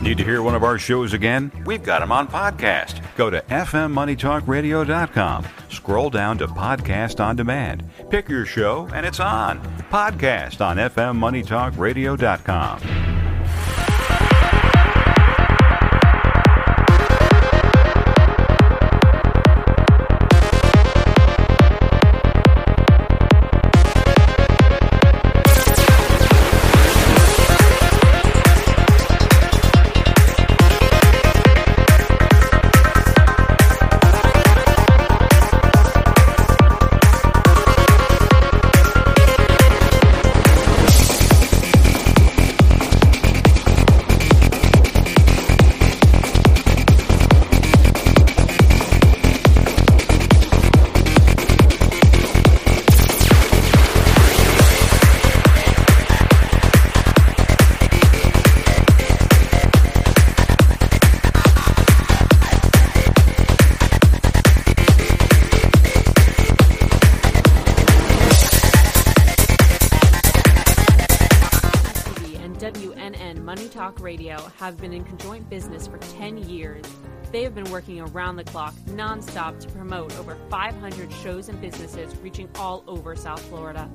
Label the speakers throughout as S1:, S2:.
S1: Need to hear one of our shows again? We've got them on podcast. Go to fmmoneytalkradio.com. Scroll down to Podcast on Demand. Pick your show, and it's on. Podcast on fmmoneytalkradio.com.
S2: TV and WNN Money Talk Radio have been in conjoint business for 10 years. They have been working around the clock, nonstop, to promote over 500 shows and businesses reaching all over South Florida.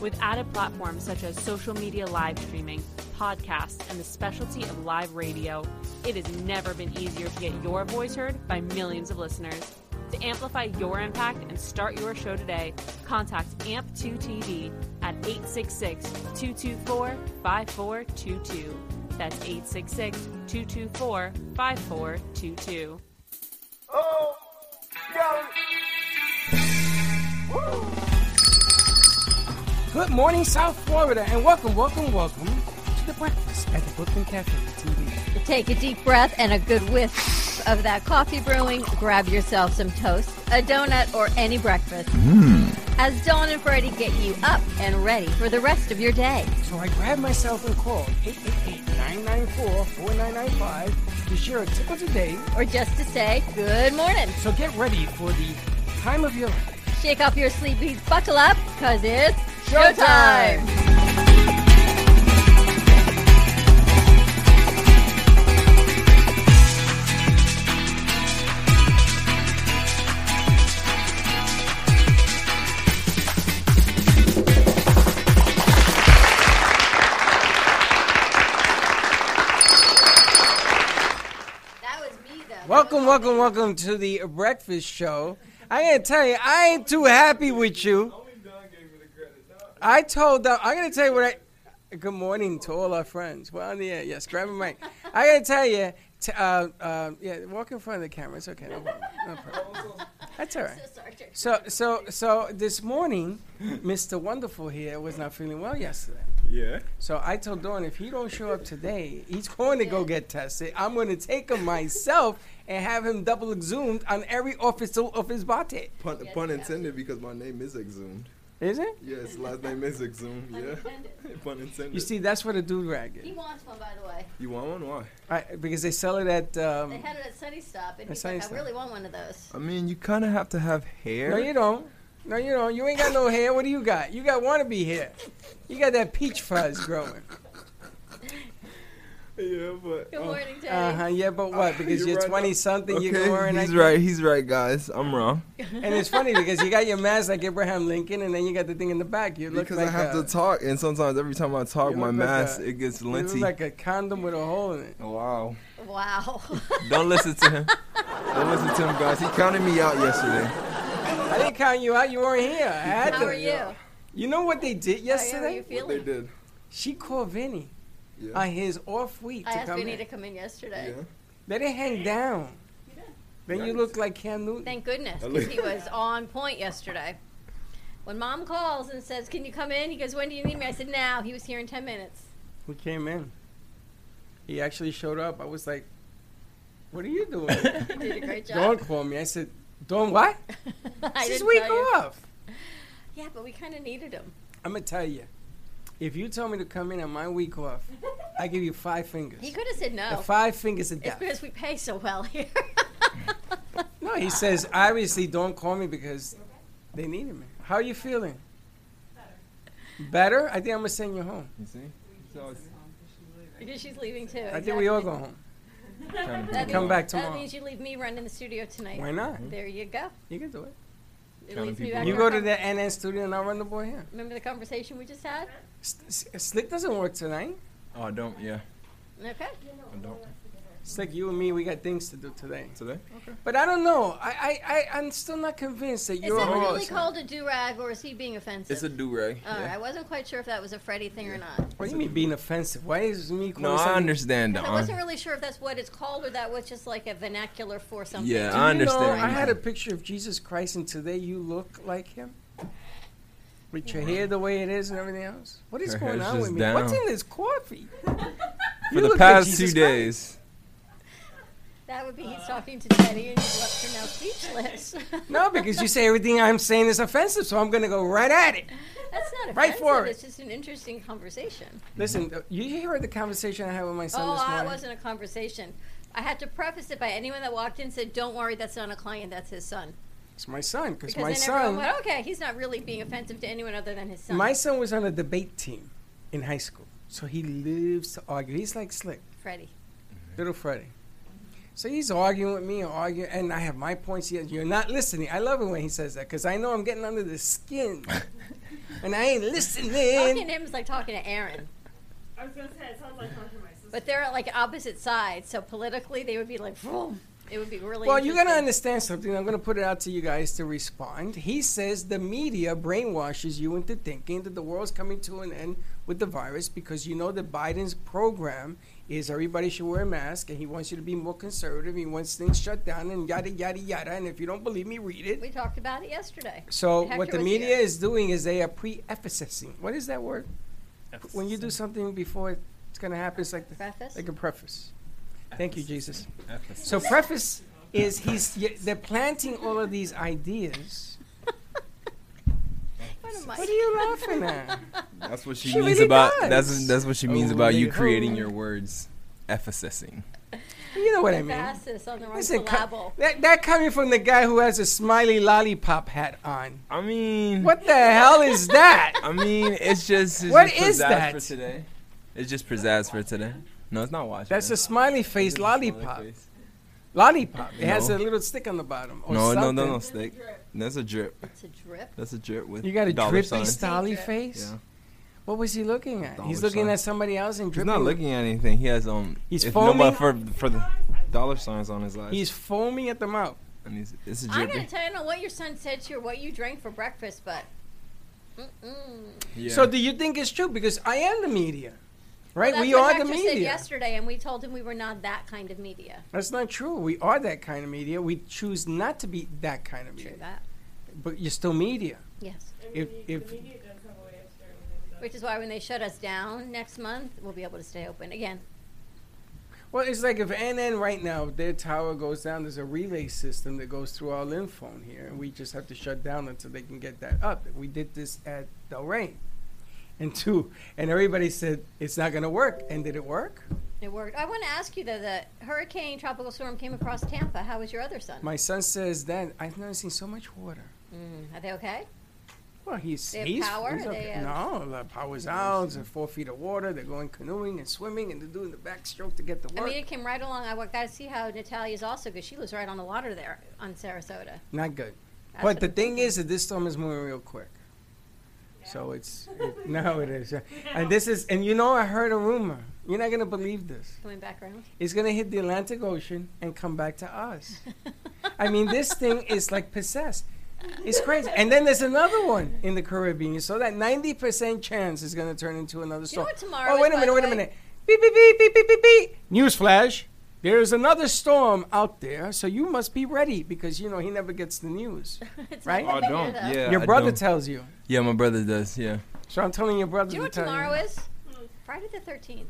S2: With added platforms such as social media live streaming, podcasts, and the specialty of live radio, it has never been easier to get your voice heard by millions of listeners. To amplify your impact and start your show today, contact AMP2TV at 866 224 5422. That's 866 224 5422.
S3: Oh, got it.
S4: Good morning, South Florida, and welcome, welcome, welcome to the breakfast at the Brooklyn Cafe TV.
S5: Take a deep breath and a good whiff of that coffee brewing. Grab yourself some toast, a donut, or any breakfast. As Dawn and Freddy get you up and ready for the rest of your day.
S4: So I grabbed myself and called 888-994-4995 to share a tip of the day.
S5: Or just to say good morning.
S4: So get ready for the time of your life.
S5: Shake off your sleepies, buckle up, because it's showtime. That was me, though.
S4: Welcome, welcome, welcome to the breakfast show. I gotta tell you, I ain't too happy with you. I told them, I'm gonna tell you what I. Good morning to all our friends. We're on the air. Yes, grab a mic. I gotta tell you, t- uh, uh, yeah, walk in front of the camera. It's okay. No problem. No problem. That's all right. So, so, so this morning, Mr. Wonderful here was not feeling well yesterday.
S6: Yeah.
S4: So I told Dawn if he don't show up today, he's going to go get tested. I'm going to take him myself and have him double exhumed on every officer of his body.
S6: Pun, pun intended because my name is exhumed.
S4: Is it?
S6: Yes, last name is exhumed. Yeah. pun intended.
S4: You see, that's what a dude rag is.
S5: He wants one, by the way.
S6: You want one? Why?
S4: I, because they sell it at. Um,
S5: They had it at Sunny Stop,
S4: At
S5: and he's like,
S4: Sunny Stop.
S5: I really want one of those.
S6: I mean, you kind of have to have hair.
S4: no, you don't. No, you don't. You ain't got no hair. What do you got? You got wannabe hair. You got that peach fuzz growing.
S6: Yeah, but.
S5: Good
S6: oh.
S5: morning, Teddy.
S4: Uh huh. Yeah, but what? Because
S6: You're
S4: you're
S6: right.
S4: 20 something,
S6: Okay,
S4: you're wearing
S6: he's
S4: that-
S6: right. He's right, guys. I'm wrong
S4: And it's funny because you got your mask like Abraham Lincoln, and then you got the thing in the back. You look
S6: because
S4: like
S6: I have
S4: a,
S6: to talk, and sometimes every time I talk,
S4: You
S6: my
S4: look like
S6: mask
S4: a-
S6: it gets
S4: You look
S6: linty.
S4: like a condom with a hole in it.
S6: wow!
S5: Wow.
S6: Don't listen to him. Don't listen to him, guys. He counted me out yesterday.
S4: I didn't count you out. You weren't here. I had
S5: How
S4: to.
S5: are you?
S4: You know what they did
S5: How are
S4: yesterday?
S5: you
S6: They
S5: feeling?
S6: did.
S4: She called Vinny
S6: Yeah.
S4: on his off week
S5: I
S4: to
S5: asked
S4: come
S5: Vinny
S4: in.
S5: to come in yesterday.
S6: yeah.
S4: Let it hang down. Then you
S6: Yikes.
S4: look like Cam Newton.
S5: Thank goodness,
S6: I
S5: 'cause
S6: look-
S5: he was on point yesterday. When mom calls and says, Can you come in? He goes, When do you need me? I said, Now. He was here in 10 minutes.
S4: we came in. He actually showed up. I was like, "What are you doing?"
S5: He did a great job.
S4: Don't call me. I said, "Don't what?"
S5: I
S4: This is
S5: didn't
S4: week
S5: tell you.
S4: off.
S5: Yeah, but we kind of needed him.
S4: I'm gonna tell you. If you tell me to come in on my week off, I give you five fingers.
S5: He could have said
S4: The
S5: no.
S4: five fingers of
S5: It's
S4: death.
S5: because we pay so well here.
S4: No, he says, obviously, don't call me because they needed me. How are you feeling? Better? I think I'm going to send you home.
S6: You see? So it's-
S5: because she's leaving too.
S4: I think we all go home.
S5: That
S4: Come
S5: means-
S4: back tomorrow.
S5: That means you leave me running the studio tonight.
S4: Why not?
S5: There you go.
S4: You can do it.
S5: It
S6: Telling
S5: leads me
S6: people
S5: back
S6: I
S4: You
S5: our
S4: go to
S5: con-
S4: the NN studio and I'll run the boy here.
S5: Remember the conversation we just had?
S4: S- S- Slick doesn't work tonight.
S6: Oh, I don't. Yeah,
S5: Okay.
S6: I don't.
S4: Slick, you and me, we got things to do today.
S6: Today?
S4: But I don't know. I, I, I I'm still not convinced that
S5: Is
S4: you're.
S5: that
S6: all
S5: really
S6: awesome.
S5: called a do rag or is he being offensive?
S6: It's a do rag.
S5: Oh, I wasn't quite sure if that was a Freddy thing or not.
S4: What do you mean being offensive? Why is me calling
S6: No, I
S4: something-
S6: understand.
S5: I
S6: Don.
S5: wasn't really sure if that's what it's called or that was just like a vernacular for something.
S6: Yeah,
S4: You
S6: I understand.
S4: Know, I had a picture of Jesus Christ, and today you look like him. With your hair the way it is and everything else. What is
S6: Her
S4: going
S6: hair's
S4: on with
S6: just
S4: me? What's
S6: down.
S4: in this coffee?
S6: For the past two days,
S5: That would be he's talking to Teddy and he's left her now speechless.
S4: No, because you say everything I'm saying is offensive, so I'm going to go right at it.
S5: that's not offensive.
S4: Right for it.
S5: It's just an interesting conversation.
S4: Listen, uh, you heard the conversation I had with my son
S5: oh,
S4: this
S5: I
S4: morning.
S5: wasn't a conversation. I had to preface it by anyone that walked in said, "Don't worry, that's not a client. That's his son."
S4: It's my son, because
S5: Because
S4: my
S5: then everyone
S4: son,
S5: went, "Okay, he's not really being offensive to anyone other than his son."
S4: my son was on a debate team in high school, so he lives to argue. He's like slick.
S5: Freddie.
S4: Little Freddy. So he's arguing with me and arguing, and I have my points. He You're not listening. I love it when he says that because I know I'm getting under the skin, and I ain't listening.
S5: Talking to him is like talking to Aaron.
S7: I was gonna say it sounds like talking to my sister.
S5: But they're at like opposite sides, so politically they would be like, vroom. It would be really.
S4: Well, you gotta
S5: interesting.
S4: understand something. I'm gonna put it out to you guys to respond. He says the media brainwashes you into thinking that the world's coming to an end with the virus because you know that Biden's program is everybody should wear a mask, and he wants you to be more conservative. He wants things shut down, and yada yada yada. And if you don't believe me, read it.
S5: We talked about it yesterday.
S4: So
S5: Hector
S4: what the
S5: was
S4: media
S5: here.
S4: is doing is they are pre-emphasizing. What is that word? When you do something before it's going to happen, it's like the,
S5: Preface.
S4: like a preface. Thank you, Jesus. So preface is he's y- they're planting all of these ideas.
S5: What am I-
S4: What are you laughing at?
S6: that's what she,
S4: She
S6: means
S4: really
S6: about.
S4: does.
S6: That's that's what she means
S4: Oh,
S6: about
S4: they-
S6: you creating
S4: oh.
S6: your words, emphasizing.
S4: You know what I mean?
S5: Emphasis on the wrong
S4: Listen, co-
S5: syllable.
S4: that, that coming from the guy who has a smiley lollipop hat on.
S6: I mean,
S4: What the hell is that?
S6: I mean, it's just. It's
S4: What
S6: just
S4: is
S6: pizzazz
S4: that?
S6: For today, it's just pizzazz for today. No, it's not watching.
S4: That's a smiley face lollipop. Lollipop. It has
S6: No.
S4: a little stick on the bottom. Or
S6: No, no,
S4: something.
S6: no, no, steak. That's a drip.
S5: It's a drip.
S6: That's a drip with.
S4: You got a
S6: dollar
S4: drippy
S6: signs.
S4: stolly
S5: Drip.
S4: face.
S6: Yeah.
S4: What was he looking at? He's
S6: Dollar
S4: looking
S6: sign.
S4: at somebody else and
S6: He's
S4: dripping.
S6: not looking at anything. He has um.
S4: He's
S6: if nobody
S4: foaming.
S6: for for the dollar signs on his eyes.
S4: He's foaming at the mouth.
S6: and he's, it's a
S5: I'm gonna
S6: drippy.
S5: tell you I don't know what your son said to you or what you drank for breakfast, but mm-mm.
S6: Yeah.
S4: So do you think it's true? Because I am the media, right?
S5: That's
S4: we
S5: what
S4: are the
S5: Hector said
S4: media.
S5: yesterday, and we told him we were not that kind of media.
S4: That's not true. We are that kind of media. We choose not to be that kind of
S5: True
S4: media.
S5: that.
S4: But you're still media.
S5: Yes.
S4: If if
S7: The media does have a way of stirring things up.
S5: Which is why when they shut us down next month, we'll be able to stay open again.
S4: well, it's like if NN right now if their tower goes down. There's a relay system that goes through our limb phone here, and we just have to shut down until they can get that up. We did this at Del Rey, and two, and everybody said it's not going to work. And did it work?
S5: It worked. I want to ask you though, the hurricane tropical storm came across Tampa. How was your other son?
S4: My son says that I've never seen so much water.
S5: Mm, are they okay?
S4: Well, he's
S5: They have
S4: he's,
S5: power?
S4: he's okay.
S5: They have-
S4: no, the power's out. They're four feet of water. They're going canoeing and swimming, and they're doing the backstroke to get the
S5: I
S4: work.
S5: mean, it came right along. I got to see how Natalia's also because she lives right on the water there on Sarasota.
S4: Not good.
S5: That's
S4: But
S5: what
S4: the
S5: I'm
S4: thing
S5: thinking.
S4: is that this storm is moving real quick. So it's it, no, it is, yeah. and this is, and you know, I heard a rumor. You're not gonna believe this.
S5: coming back around.
S4: It's gonna hit the Atlantic Ocean and come back to us. I mean, this thing is like possessed. It's crazy. And then there's another one in the Caribbean. So that 90% chance is going to turn into another
S5: You know
S4: storm.
S5: what tomorrow?
S4: Oh, wait
S5: is,
S4: a minute,
S5: by the
S4: wait a
S5: way?
S4: minute. Beep, beep, beep, beep, beep, beep, beep. Newsflash. There's another storm out there, so you must be ready because, you know, he never gets the news.
S5: It's
S4: Right?
S5: not
S4: Oh,
S5: gonna be
S6: Yeah.
S5: good, though.
S4: your
S6: I
S4: brother
S6: don't.
S4: tells you.
S6: yeah, my brother does. Yeah.
S4: So I'm telling your brother
S5: Do you know
S4: to
S5: what
S4: tell
S5: tomorrow
S4: you.
S5: is? Friday the 13th.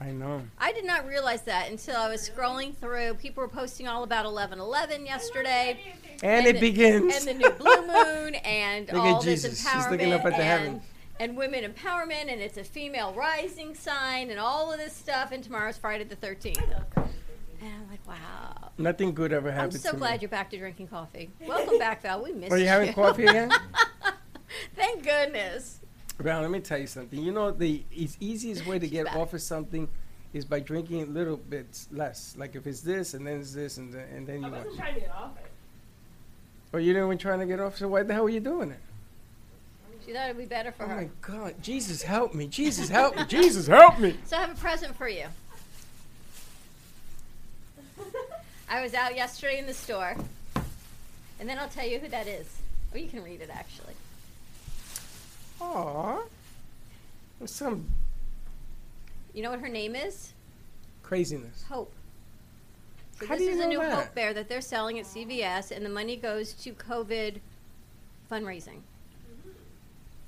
S4: I know.
S5: I did not realize that until I was scrolling through. People were posting all about 11:11 yesterday,
S4: And, it
S5: the-
S4: begins.
S5: and the new blue moon, and
S4: Look at
S5: all this
S4: Jesus.
S5: empowerment,
S4: He's looking up at the
S5: and,
S4: heaven.
S5: and women empowerment, and it's a female rising sign, and all of this stuff. And tomorrow's Friday the 13th. And I'm like, wow.
S4: Nothing good ever
S5: I'm
S4: happens
S5: so
S4: to
S5: glad
S4: me.
S5: you're back to drinking coffee. Welcome back, Val. We missed
S4: Are you having coffee again?
S5: Thank goodness.
S4: Brown, let me tell you something. You know, the e- easiest way to get
S5: back.
S4: off of something is by drinking little bits less. Like if it's this and then it's this and then, and then
S7: I
S4: you
S7: wasn't
S4: watch.
S7: trying to get off it.
S4: But you didn't even trying to get off, so why the hell were you doing it?
S5: She thought it'd be better for
S4: Oh
S5: her.
S4: my God, Jesus help me, Jesus help me, Jesus help me.
S5: So I have a present for you. I was out yesterday in the store, and then I'll tell you who that is. Or you can read it actually.
S4: Aw, some
S5: You know what her name is?
S4: craziness.
S5: Hope. So
S4: How
S5: this
S4: do you
S5: is a
S4: know
S5: new
S4: that?
S5: Hope Bear that they're selling at CVS, and the money goes to COVID fundraising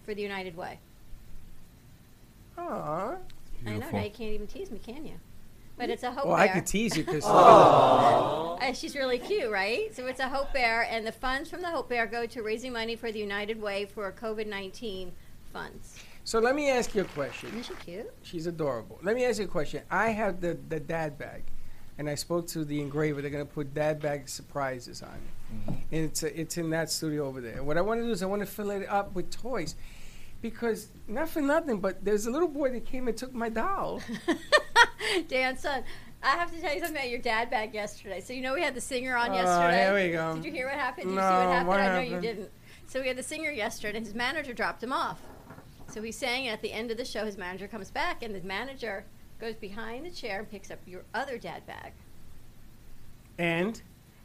S5: for the United Way.
S4: Aw.
S5: I
S1: Beautiful.
S5: know. Now you can't even tease me, can you? But it's a Hope
S4: Well, I
S5: Bear.
S4: could tease you because
S5: Oh. Uh, she's really cute, right? So it's a Hope Bear, and the funds from the Hope Bear go to raising money for the United Way for COVID 19 funds.
S4: So let me ask you a question.
S5: Isn't she cute?
S4: She's adorable. Let me ask you a question. I have the, the dad bag, and I spoke to the engraver. They're gonna put dad bag surprises on it, and it's uh it's in that studio over there. What I want to do is I want to fill it up with toys, because not for nothing, but there's a little boy that came and took my doll.
S5: Dan, son, I have to tell you something about your dad bag yesterday. So you know we had the singer on
S4: Oh,
S5: yesterday.
S4: here we go.
S5: Did you hear what happened? Did you
S4: No,
S5: see what happened?
S4: what
S5: I know you
S4: happened?
S5: didn't. So we had the singer yesterday, and his manager dropped him off. So he sang, and at the end of the show, his manager comes back, and the manager goes behind the chair and picks up your other dad bag.
S4: And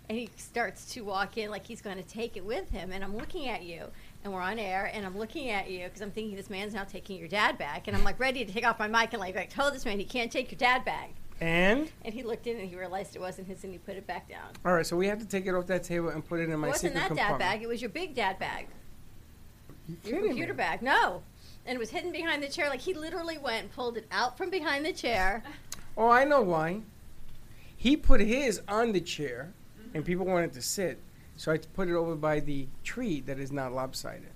S5: and he starts to walk in like he's going to take it with him and i'm looking at you and we're on air and i'm looking at you because i'm thinking this man's now taking your dad back and i'm like ready to take off my mic and like i told this man he can't take your dad bag
S4: and
S5: and he looked in and he realized it wasn't his and he put it back down
S4: all right, so we have to take it off that table and put it in my
S5: it wasn't
S4: secret
S5: that dad
S4: compartment.
S5: bag it was your big dad bag
S4: You
S5: your
S4: kidding me?
S5: computer bag no and it was hidden behind the chair like he literally went and pulled it out from behind the chair
S4: Oh, I know why. He put his on the chair, and people wanted to sit, so I put it over by the tree that is not lopsided.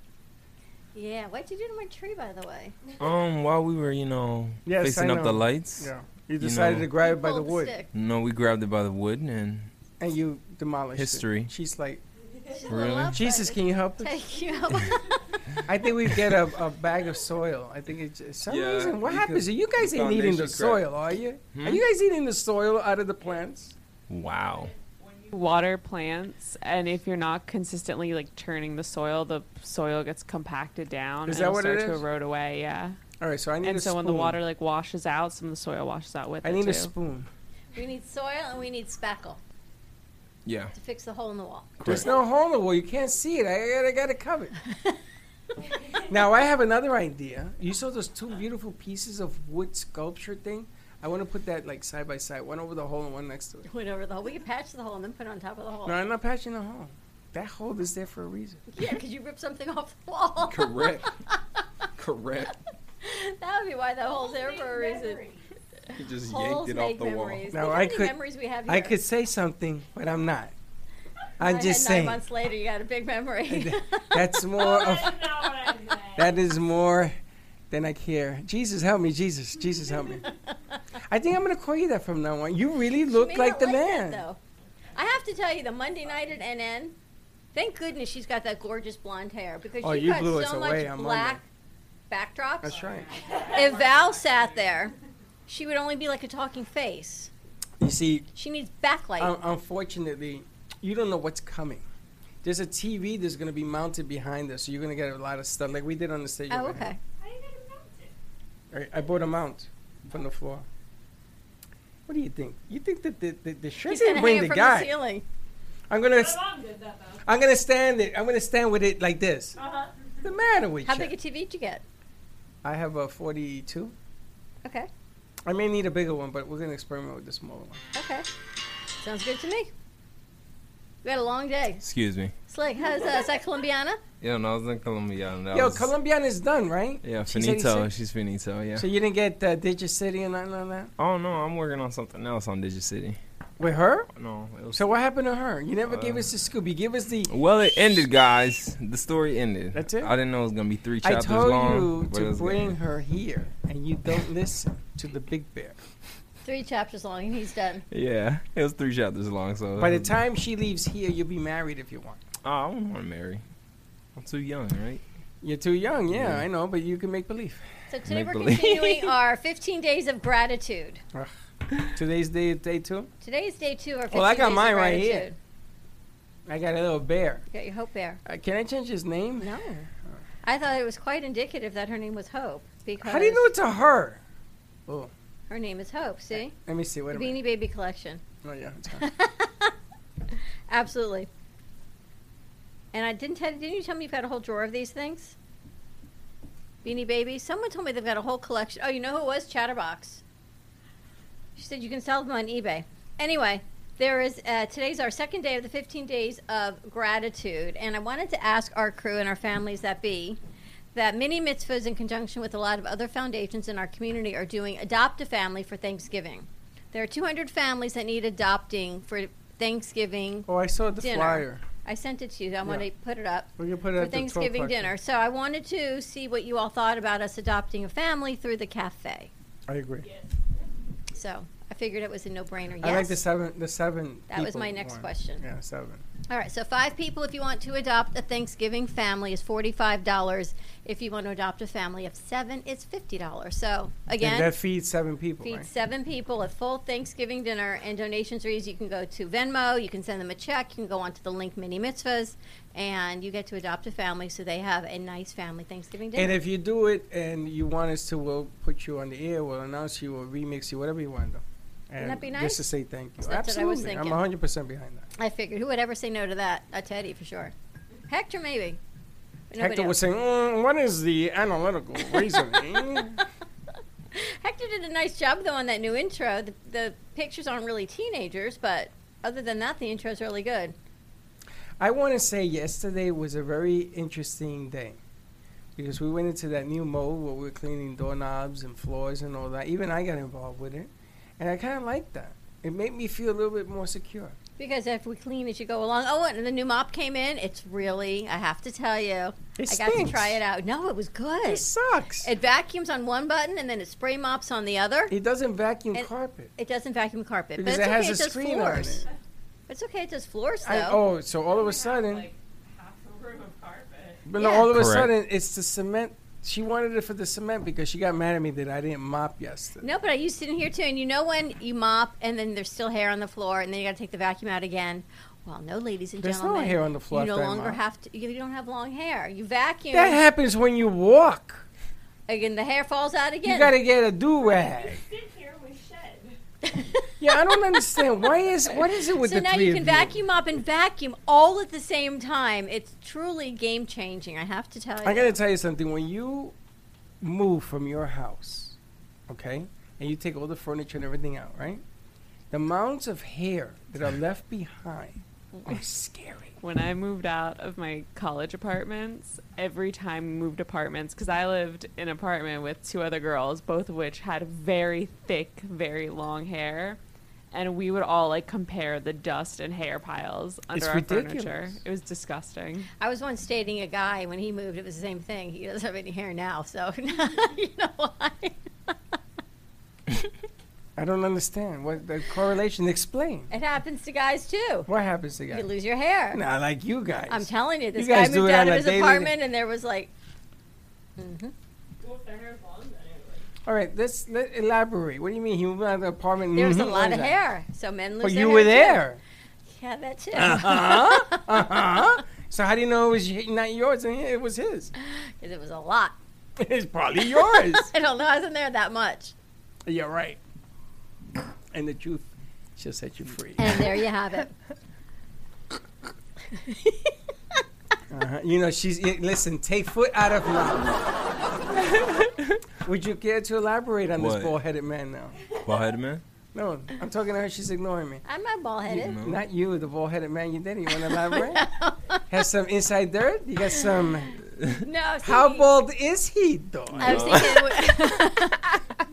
S5: yeah what'd you do to my tree by the way
S6: Um, while we were, you know,
S4: Yes,
S6: fixing
S4: I
S6: up the
S4: know.
S6: lights,
S4: Yeah. You
S6: know-
S4: decided to grab
S5: You
S4: it by the
S5: pulled
S4: wood,
S5: stick.
S6: no, we grabbed it by the wood and
S4: and you demolished it.
S6: History.
S4: She's like,
S5: She's a little
S6: Really?
S5: outside
S4: Jesus,
S5: the-
S4: can you help us?
S5: Thank you.
S4: I think we get a, a bag of soil. I think it's just, some
S6: Yeah,
S4: reason. What
S6: you
S4: happens?
S6: could-
S4: You guys
S6: the
S4: ain't eating
S6: foundation
S4: the
S6: crack. Hmm?
S4: soil, are you? Are you guys eating the soil out of the plants?
S6: wow.
S2: water plants and if you're not consistently like turning the soil the soil gets compacted down
S4: Is
S2: and
S4: that
S2: it'll
S4: what
S2: start
S4: it
S2: to
S4: is?
S2: erode away yeah
S4: All right, so I need
S2: and
S4: a
S2: so when
S4: spoon.
S2: the water like washes out some of the soil washes out with
S4: I
S2: it
S4: need
S2: too.
S4: a spoon.
S5: we need soil and we need spackle
S6: Yeah.
S5: to fix the hole in the wall.
S4: There's no hole in the wall. You can't see it. I got, I got it covered. now I have another idea. You saw those two beautiful pieces of wood sculpture thing. I want to put that like side by side, one over the hole and one next to it.
S5: Went over the hole. We could patch the hole and then put it on top of the hole.
S4: No, I'm not patching the hole. That hole is there for a reason.
S5: Yeah, because you ripped something off the wall.
S6: Correct. Correct.
S5: that would be why that hole's there for a reason.
S6: He just
S5: Holes make memories.
S4: Now,
S5: Look how
S4: I
S5: many
S4: could-
S5: memories we have here.
S4: I could say something, but I'm not.
S5: And
S4: I'm
S5: then
S4: just
S5: Nine
S4: saying.
S5: months later, you got a big memory.
S4: That's more of.
S7: That's not what I meant.
S4: That is more than I care. Jesus, help me, Jesus, Jesus, help me. I think I'm gonna call you that from now on. You really
S5: You
S4: look
S5: may
S4: like
S5: not
S4: the
S5: that,
S4: man.
S5: though. I have to tell you, the Monday night at NN. Thank goodness she's got that gorgeous blonde hair because
S4: Oh,
S5: she
S4: you
S5: got
S4: blew us
S5: so
S4: away
S5: much
S4: on
S5: black backdrops.
S4: That's right.
S5: If Val sat there, she would only be like a talking face.
S4: You see,
S5: She needs backlight.
S4: un- unfortunately, you don't know what's coming. There's a TV that's going to be mounted behind us, so you're going to get a lot of stuff like we did on the stage.
S5: oh,
S4: over
S5: okay.
S7: How you gonna mount it?
S4: here. I, I bought a mount from the floor. What do you think? You think that the the, the shirt
S5: He's
S4: didn't
S5: gonna
S4: bring
S5: hang it
S4: the
S5: from the
S4: guy?
S5: ceiling.
S4: I'm gonna
S7: My
S4: s-
S7: mom did that though.
S4: I'm gonna stand it. I'm gonna stand with it like this.
S7: Uh-huh.
S4: What's the matter with
S5: How
S4: you?
S5: big a TV did you get?
S4: I have a 42.
S5: Okay.
S4: I may need a bigger one, but we're gonna experiment with the smaller one.
S5: Okay. Sounds good to me. We had a long day.
S6: Excuse me.
S5: Slick, how's uh, is that Colombiana?
S6: Yeah, no, I was in Colombia. and that
S4: Yo,
S6: was-
S4: Colombian is done, right?
S6: Yeah,
S4: She said he
S6: finito.
S4: said-
S6: She's finito. Yeah.
S4: So you didn't get uh, Digicity and nothing like that
S6: oh no, I'm working on something else on Digit City.
S4: with her.
S6: No. It was,
S4: So what happened to her? You never gave
S6: Uh,
S4: us the scoop. You give us the.
S6: well, it ended, guys. The story ended.
S4: That's it?
S6: I didn't know it was gonna be three
S4: I
S6: chapters
S4: told
S6: long.
S4: you
S6: but it
S4: to
S6: was gonna-
S4: bring her here, and you don't listen to the big bear.
S5: Three chapters long, and he's done.
S6: Yeah, it was three chapters long. So
S4: By the time she leaves here, you'll be married if you want.
S6: oh, I don't want to marry. I'm too young, right?
S4: You're too young. Yeah, I know, but you can make believe.
S5: So today
S6: Make
S5: we're
S6: believe.
S5: continuing our 15 days of gratitude.
S4: Today's day day two.
S5: Today's day two or 15
S4: Well, I got
S5: days
S4: mine
S5: of
S4: right here.
S5: gratitude.
S4: I got a little bear.
S5: You got your hope bear.
S4: Uh, can I change his name?
S5: No. I thought it was quite indicative that her name was Hope because
S4: How do you know it's a her?
S5: her name is Hope, see?
S4: Let me see.
S5: The
S4: Wait a minute.
S5: Beanie Baby collection.
S4: Oh yeah, it's her.
S5: Absolutely. And I didn't tell didn't you tell me you've got a whole drawer of these things? Beanie Baby. Someone told me they've got a whole collection. Oh, you know who it was? Chatterbox. She said you can sell them on eBay. Anyway, there is uh, today's our second day of the 15 days of gratitude, and I wanted to ask our crew and our families that be that many mitzvahs, in conjunction with a lot of other foundations in our community, are doing adopt a family for Thanksgiving. There are 200 families that need adopting for Thanksgiving
S4: Oh, I saw the
S5: Dinner.
S4: flyer.
S5: I sent it to you. I want
S4: Yeah.
S5: to put it up
S4: We can put it
S5: for
S4: at the 12
S5: Thanksgiving
S4: o'clock
S5: dinner. So I wanted to see what you all thought about us adopting a family through the cafe.
S4: I agree.
S5: So I figured it was a no-brainer. Yes.
S4: I like the seven. The seven.
S5: That was
S4: people
S5: my next
S4: one.
S5: question.
S4: Yeah, seven.
S5: All right. So five people, if you want to adopt a Thanksgiving family, is forty-five dollars. If you want to adopt a family of seven, it's fifty dollars. So again,
S4: And that feeds seven people.
S5: Feed
S4: right?
S5: seven people a full Thanksgiving dinner, and donations are easy. You can go to Venmo, you can send them a check, you can go onto the link Mini Mitzvahs, and you get to adopt a family so they have a nice family Thanksgiving dinner.
S4: And if you do it and you want us to, we'll put you on the air, we'll announce you, we'll remix you, whatever you want, though. And
S5: that be
S4: Just
S5: nice?
S4: to say thank you.
S5: That's what I
S4: Absolutely.
S5: was thinking.
S4: I'm 100% behind that.
S5: I figured who would ever say no to that? A Teddy for sure. Hector maybe. But nobody
S4: Hector was
S5: else.
S4: saying, mm, what is the analytical reasoning?
S5: Hector did a nice job though on that new intro. The, the pictures aren't really teenagers, but other than that, the intro's really good.
S4: I want to say yesterday was a very interesting day because we went into that new mode where we're cleaning doorknobs and floors and all that. Even I got involved with it. And I kind of liked that. It made me feel a little bit more secure.
S5: Because if we clean as you go along, oh, and the new mop came in. It's really, I have to tell you,
S4: It
S5: I got to
S4: stinks.
S5: try it out. No, it was good.
S4: It sucks. It,
S5: It vacuums on one button and then it spray mops on the other.
S4: doesn't vacuum
S5: It-
S4: carpet.
S5: It doesn't vacuum carpet,
S4: Because
S5: but it's
S4: it has
S5: okay.
S4: a
S5: it does
S4: screen on
S5: floors.
S4: it.
S5: It's okay. It does floors though.
S4: I- oh, so all of a sudden.
S7: Like half a room of carpet.
S4: But no,
S5: Yeah.
S4: all of a
S1: Correct.
S4: sudden, it's the cement. She wanted it for the cement because she got mad at me that I didn't mop yesterday.
S5: No, but I used it in here too. And you know when you mop and then there's still hair on the floor, and then you got to take the vacuum out again. Well, no, ladies and
S4: There's no
S5: gentlemen,
S4: hair on the floor
S5: You no
S4: after I
S5: longer
S4: mop.
S5: have to. You don't have long hair. You vacuum
S4: That happens when you walk.
S5: again. The hair falls out again.
S4: You gotta get a do rag.
S7: Sit here with shed.
S4: Yeah, I don't understand. Why is what is it with
S5: so
S4: the
S5: now
S4: three
S5: you
S4: of
S5: can vacuum up and vacuum all at the same time. It's truly game changing. I have to tell you.
S4: I gotta tell you something. When you move from your house, okay, and you take all the furniture and everything out, right? The mounds of hair that are left behind are scary.
S2: When I moved out of my college apartments, every time we moved apartments, because I lived in an apartment with two other girls, both of which had very thick, very long hair. And we would all like compare the dust and hair piles under
S4: It's
S2: our furniture.
S4: ridiculous.
S2: It was disgusting.
S5: I was once dating a guy when he moved. It was the same thing. He doesn't have any hair now, so you know why.
S4: I don't understand what the correlation. Explain
S5: It happens to guys too.
S4: what happens to
S5: You
S4: guys.
S5: lose your hair.
S4: Nah, like you guys.
S5: I'm telling you,
S4: You
S5: this guy
S4: guys do
S5: moved
S4: it
S5: out
S4: on
S5: of
S4: a
S5: his
S4: daily-
S5: apartment, and there was like,
S7: Well, if their hair's long, then it would.
S4: All right, let's let elaborate. What do you mean? He moved out of the apartment.
S5: there was a
S4: mhm, what
S5: lot
S4: is
S5: of
S4: that?
S5: hair. So men lose.
S4: But you
S5: their hair,
S4: were
S5: too.
S4: there. Uh-huh.
S5: Yeah, that too.
S4: So how do you know it was y- not yours and it was his?
S5: 'Cause it was a lot.
S4: it's probably yours.
S5: I don't know. I wasn't there that much.
S4: You're right. And the truth shall set you free.
S5: And there you have it.
S4: Uh-huh. You know, she's y- listen. Take foot out of mouth. Would you care to elaborate on
S6: What?
S4: this bald-headed man now?
S6: Bald-headed man.
S4: No, I'm talking to her. She's ignoring me.
S5: I'm not bald headed.
S4: Not you, the bald-headed man. You did. You want to elaborate? Have some inside dirt? You got some?
S5: No. I was
S4: How
S5: thinking-
S4: bald is he, though?
S5: I was thinking. it would-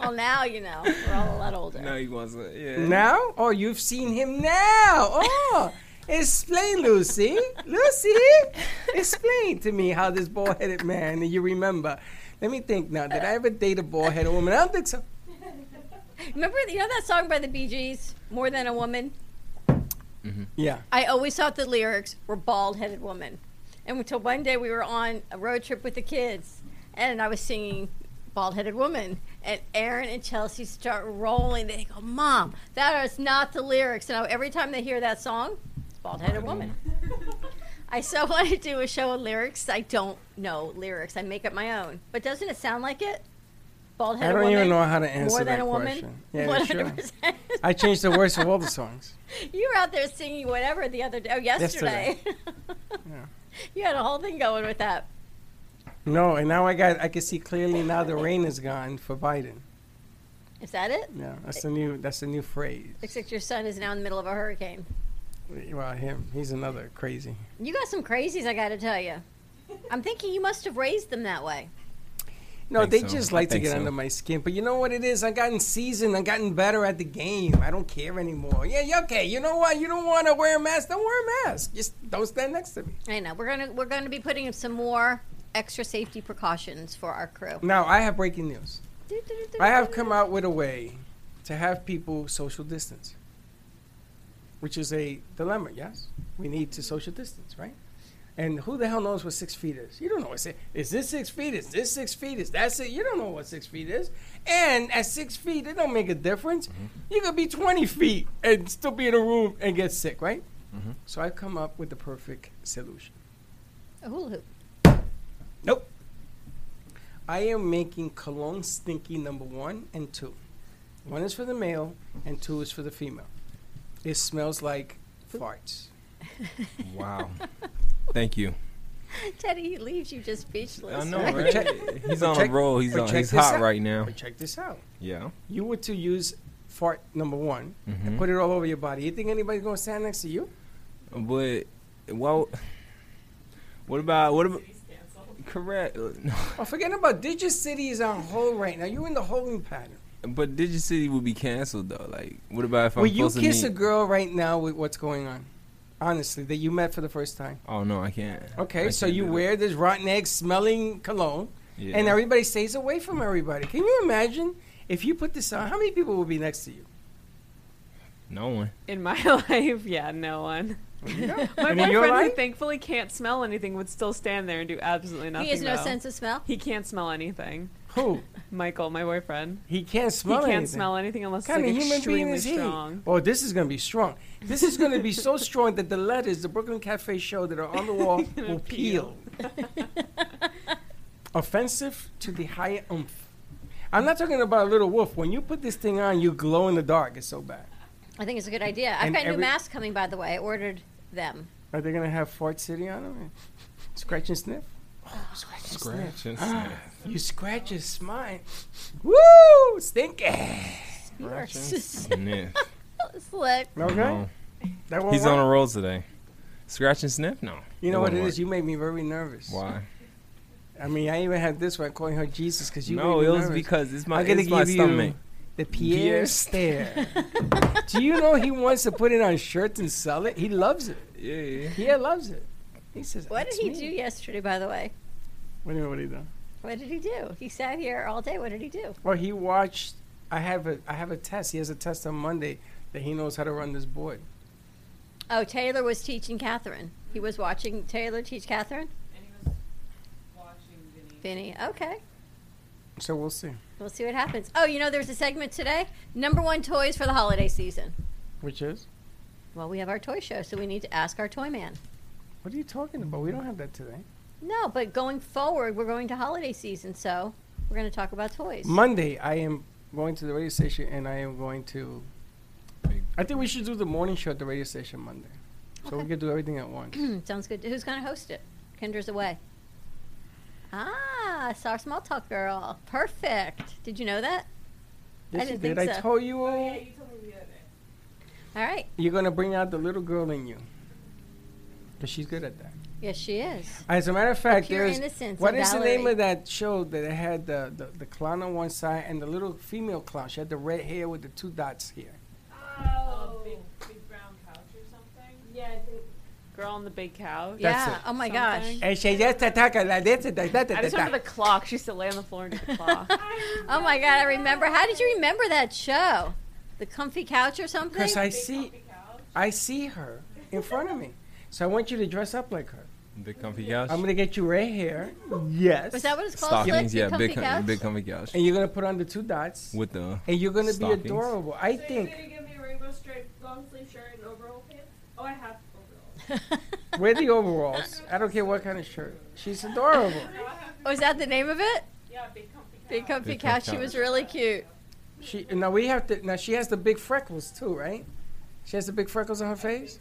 S5: well, now you know we're all a lot older.
S6: No, he wasn't. Yeah.
S4: Now? Oh, you've seen him now. Oh, explain, Lucy. Lucy, explain to me how this bald headed man, you remember. Let me think now. Did I ever date a bald headed woman? I don't think so.
S5: Remember, you know that song by the Bee Gees, "More Than a Woman."
S4: Yeah.
S5: I always thought the lyrics were "bald headed woman." And until one day we were on a road trip with the kids, and I was singing Bald Headed Woman. And Aaron and Chelsea start rolling. They go, Mom, that is not the lyrics. And I, every time they hear that song, it's Bald Headed Woman. I so want to do a show of lyrics. I don't know lyrics. I make up my own. But doesn't it sound like it? Bald
S4: I
S5: Headed
S4: don't
S5: Woman.
S4: even know how to answer that
S5: More than a woman.
S4: question. Yeah, sure.
S5: 100%.
S4: I changed the words of all the songs.
S5: You were out there singing whatever the other day. Oh, yesterday.
S4: Yeah.
S5: You had a whole thing going with that.
S4: No, and now I got I can see clearly now the rain is gone for Biden.
S5: Is that it?
S4: Yeah, that's the new that's the new phrase.
S5: Except your son is now in the middle of a hurricane.
S4: Well, him, he's another crazy.
S5: You got some crazies, I got to tell you. I'm thinking you must have raised them that way.
S4: No,
S6: Think
S4: they
S6: so.
S4: just
S6: I
S4: like to
S6: think
S4: get
S6: so.
S4: under my skin. But you know what it is? I've gotten seasoned. I've gotten better at the game. I don't care anymore. Yeah, yeah, okay. You know what? You don't want to wear a mask. Don't wear a mask. Just don't stand next to me.
S5: I know. We're gonna we're gonna be putting in some more extra safety precautions for our crew.
S4: Now, I have breaking news. I have come out with a way to have people social distance, which is a dilemma, yes? We need to social distance, right? And who the hell knows what six feet is? You don't know what six is. This six feet is this six feet is that's it. You don't know what six feet is. And at six feet, it don't make a difference. You could be twenty feet and still be in a room and get sick, right? So I come up with the perfect solution.
S5: A hula hoop.
S4: Nope. I am making cologne stinky number one and two. One is for the male, and two is for the female. It smells like farts.
S6: Wow. Thank you.
S5: Teddy he leaves you just speechless.
S6: I know,
S5: right?
S6: right?
S4: check-
S6: he's on
S4: check-
S6: a roll. He's
S4: but
S6: on.
S4: check
S6: He's
S4: this
S6: hot
S4: out.
S6: right now.
S4: But check this out.
S6: Yeah.
S4: You were to use fart number one
S6: Mm-hmm.
S4: and put it all over your body. You think anybody's gonna stand next to you?
S6: But well, what about what about? Correct. No.
S4: Oh, forget about Digit City is on hold right now. You're in the holding pattern.
S6: But Digicity will be canceled though. Like, what about if I'm
S4: Will you
S6: supposed
S4: kiss
S6: to
S4: a
S6: meet?
S4: girl right now with what's going on? Honestly, that you met for the first time.
S6: Oh no, I can't.
S4: Okay,
S6: I
S4: so
S6: can't
S4: you
S6: do that.
S4: wear this rotten egg smelling cologne.
S6: Yeah.
S4: and everybody stays away from everybody. Can you imagine if you put this on? How many people will be next to you?
S6: no one.
S2: In my life, yeah, no one. My
S4: And in your
S2: boyfriend, who
S4: life?
S2: thankfully can't smell anything, would still stand there and do absolutely nothing.
S5: He has no
S2: though.
S5: sense of smell.
S2: He can't smell anything.
S4: Who?
S2: Michael, my boyfriend,
S4: He can't
S2: he
S4: smell.
S2: can't
S4: anything.
S2: smell anything unless
S4: What kind
S2: it's
S4: of
S2: like
S4: human being
S2: extremely
S4: is he?
S2: strong.
S4: Oh, this is going to be strong. This is going to be so strong that the letters, the Brooklyn Cafe show that are on the wall, will peel. Offensive to the higher umph. I'm not talking about a little wolf. When you put this thing on, you glow in the dark. It's so bad.
S5: I think it's a good idea. I've
S4: And
S5: got new
S4: every-
S5: masks coming, by the way. I ordered them.
S4: Are they going to have Fort City on them? Scratch and sniff? Oh, scratch and sniff.
S6: Just-
S4: You scratch his spine. Woo! Stinky.
S5: Yours.
S6: Sniff.
S5: Slick.
S4: Okay.
S6: No.
S4: That won't
S6: He's
S4: work?
S6: on a roll today. Scratch and sniff? No.
S4: You know what
S6: won't
S4: it
S6: work.
S4: is? You made me very nervous.
S6: Why?
S4: I mean, I even had this one calling her Jesus because you
S6: no,
S4: made
S6: it
S4: me
S6: was
S4: nervous.
S6: because it's my,
S4: I'm gonna
S6: it's my
S4: give you-
S6: stomach.
S4: the Pierre
S6: Pierre.
S4: stare. Do you know he wants to put it on shirts and sell it? He loves it.
S6: Yeah, yeah.
S4: Pierre loves it. He says,
S5: What
S4: "That's
S5: did he
S4: me."
S5: do yesterday, by the way?
S4: Wait a minute, what did he do?
S5: What did he do? He sat here all day. What did he do?
S4: Well, he watched. I have a. I have a test. He has a test on Monday that he knows how to run this board.
S5: Oh, Taylor was teaching Catherine. He was watching Taylor teach Catherine.
S7: And he was watching Vinny.
S5: Vinny. Okay.
S4: So we'll see.
S5: We'll see what happens. Oh, you know, there's a segment today. Number one toys for the holiday season.
S4: Which is?
S5: Well, we have our toy show, so we need to ask our toy man.
S4: What are you talking about? We don't have that today.
S5: No, but going forward, we're going to holiday season, so we're going to talk about toys.
S4: Monday, I am going to the radio station and I am going to. I think we should do the morning show at the radio station Monday. So we
S5: Okay.
S4: can do everything at once.
S5: Sounds good. Who's going to host it? Kendra's away. Ah, it's our small talk girl. Perfect. Did you know that?
S4: Yes,
S5: didn't
S4: you did.
S5: think
S4: I
S5: so.
S4: told you
S7: Oh, yeah, you told me the other day.
S5: All right.
S4: you're going to bring out the little girl in you. Because she's good at that.
S5: Yes, she is.
S4: As a matter of fact,
S5: pure
S4: there's.
S5: innocence
S4: What
S5: of
S4: is the name
S5: Valerie.
S4: of that show that it had the, the, the clown on one side and the little female clown? She had the red hair with the two dots here.
S7: Oh, big, big brown couch or something. Yeah, I think.
S2: Girl on the big couch.
S4: That's
S5: yeah.
S4: it.
S5: Oh my
S2: Something.
S5: gosh.
S4: And she just attacked her like this, that, that,
S2: I
S4: that,
S2: just
S4: that.
S2: remember the clock. She used to lay on the floor and do the clock.
S5: Oh my god. I remember. How did you remember that show? The comfy couch or something?
S4: Because I see, I see her in front of me. So I want you to dress up like her.
S6: Big comfy couch.
S4: I'm gonna get you right here. Yes.
S5: Was that what it's called? Slick?
S6: Stockings, yeah,
S5: Comfy
S6: big, com-
S5: couch?
S6: big comfy couch.
S4: and you're gonna put on the two dots,
S6: With the
S4: and you're gonna
S6: stockings.
S4: be adorable. I
S7: So
S4: think.
S7: you're gonna give me a rainbow striped long sleeve shirt and overall pants? Oh, I have overalls.
S4: Wear the overalls. I don't care what kind of shirt. She's adorable.
S5: Was that the name of it?
S7: Yeah, big comfy. couch.
S5: Big Comfy
S6: Big
S5: Couch.
S6: Comfy
S5: She
S6: Couch.
S5: was really cute.
S4: She now we have to now she has the big freckles too, right? She has the big freckles on her face.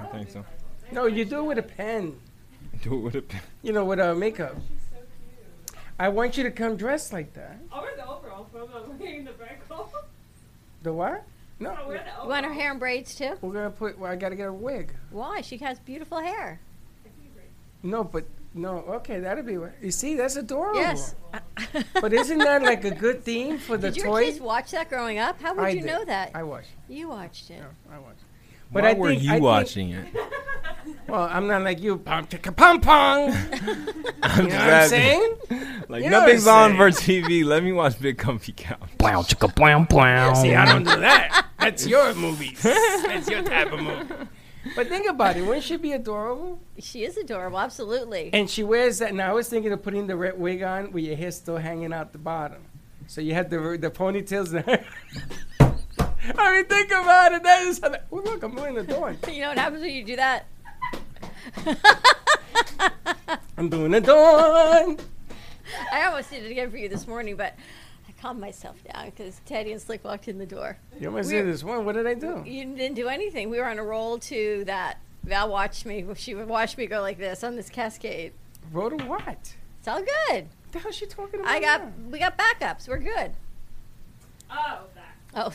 S6: I think so.
S4: No, you do it with a pen.
S6: Do it with a pen.
S4: You know, with uh,
S7: Oh,
S4: makeup. I want you to come dressed like that.
S7: I'll wear the overall, but I'm not wearing the freckle.
S4: The what?
S7: I'll
S4: No,
S7: wear the
S5: You
S7: overall.
S5: want her hair in braids too?
S4: we're gonna put. Well, I gotta get a wig.
S5: Why? She has beautiful hair.
S4: No, but no. Okay, that'll be. right. You see, that's adorable.
S5: Yes.
S4: Oh. But isn't that like a good theme for the
S5: Did your
S4: toy?
S5: kids watch that growing up? How would
S4: I
S5: you
S4: did.
S5: know that?
S4: I watched.
S5: you watched it.
S4: I watched.
S6: Why
S4: I
S6: were
S4: think-
S6: you
S4: I think-
S6: watching it?
S4: Well, I'm not like you, pom chicka pom pong.
S6: I'm
S4: You know what I'm saying?
S6: Like
S4: You know what
S6: nothing's
S4: I'm
S6: on for TV. Let me watch Big Comfy Couch.
S8: Plow, chicka, plow, plow.
S4: See, I don't do that. That's your movies. That's your type of movie. But think about it. Wouldn't she be adorable?
S5: She is adorable. Absolutely.
S4: And she wears that. Now I was thinking of putting the red wig on with your hair still hanging out the bottom. So you had the the ponytails. And I mean, think about it. That is. How the, oh, look, I'm doing the doing.
S5: you know what happens when you do that?
S4: I'm doing the doing.
S5: I almost did it again for you this morning, but I calmed myself down because Teddy and Slick walked in the door.
S4: You almost did this one. What did I do?
S5: You didn't do anything. We were on a roll to that. Val watched me. She would watch me go like this on this cascade.
S4: Wrote a what?
S5: It's all good.
S4: The hell is she talking about?
S5: I got
S4: now?
S5: we got backups. We're good.
S7: Oh, that.
S5: Oh,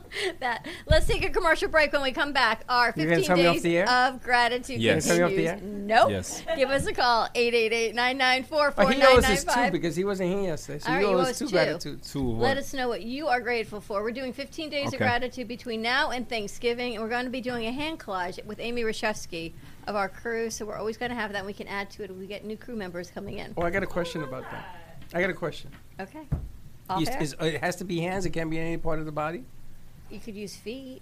S5: that. Let's take a commercial break. When we come back, our
S4: You're gonna
S5: 15
S4: tell me off
S5: days
S4: the air?
S5: of gratitude
S6: Yes.
S4: You're gonna tell me
S5: continues.
S4: off the
S5: Nope.
S6: Yes.
S5: Give us a call 888-994-4995.
S4: Oh, he owes us two because he wasn't here yesterday. So
S5: All
S4: he
S5: right, you
S4: owes
S5: owe us
S4: two
S5: two.
S4: gratitudes.
S6: Two of
S5: Let
S6: what?
S5: us know what you are grateful for. We're doing 15 days of
S6: Okay.
S5: gratitude between now and Thanksgiving, and we're going to be doing a hand collage with Amy Rashevsky of our crew. So we're always going to have that. and We can add to it when we get new crew members coming in.
S4: Oh, I got a question about that. I got a question.
S5: Okay. Off
S4: Is-
S5: air.
S4: is- uh, it has to be hands. It can't be any part of the body.
S5: you could use feet.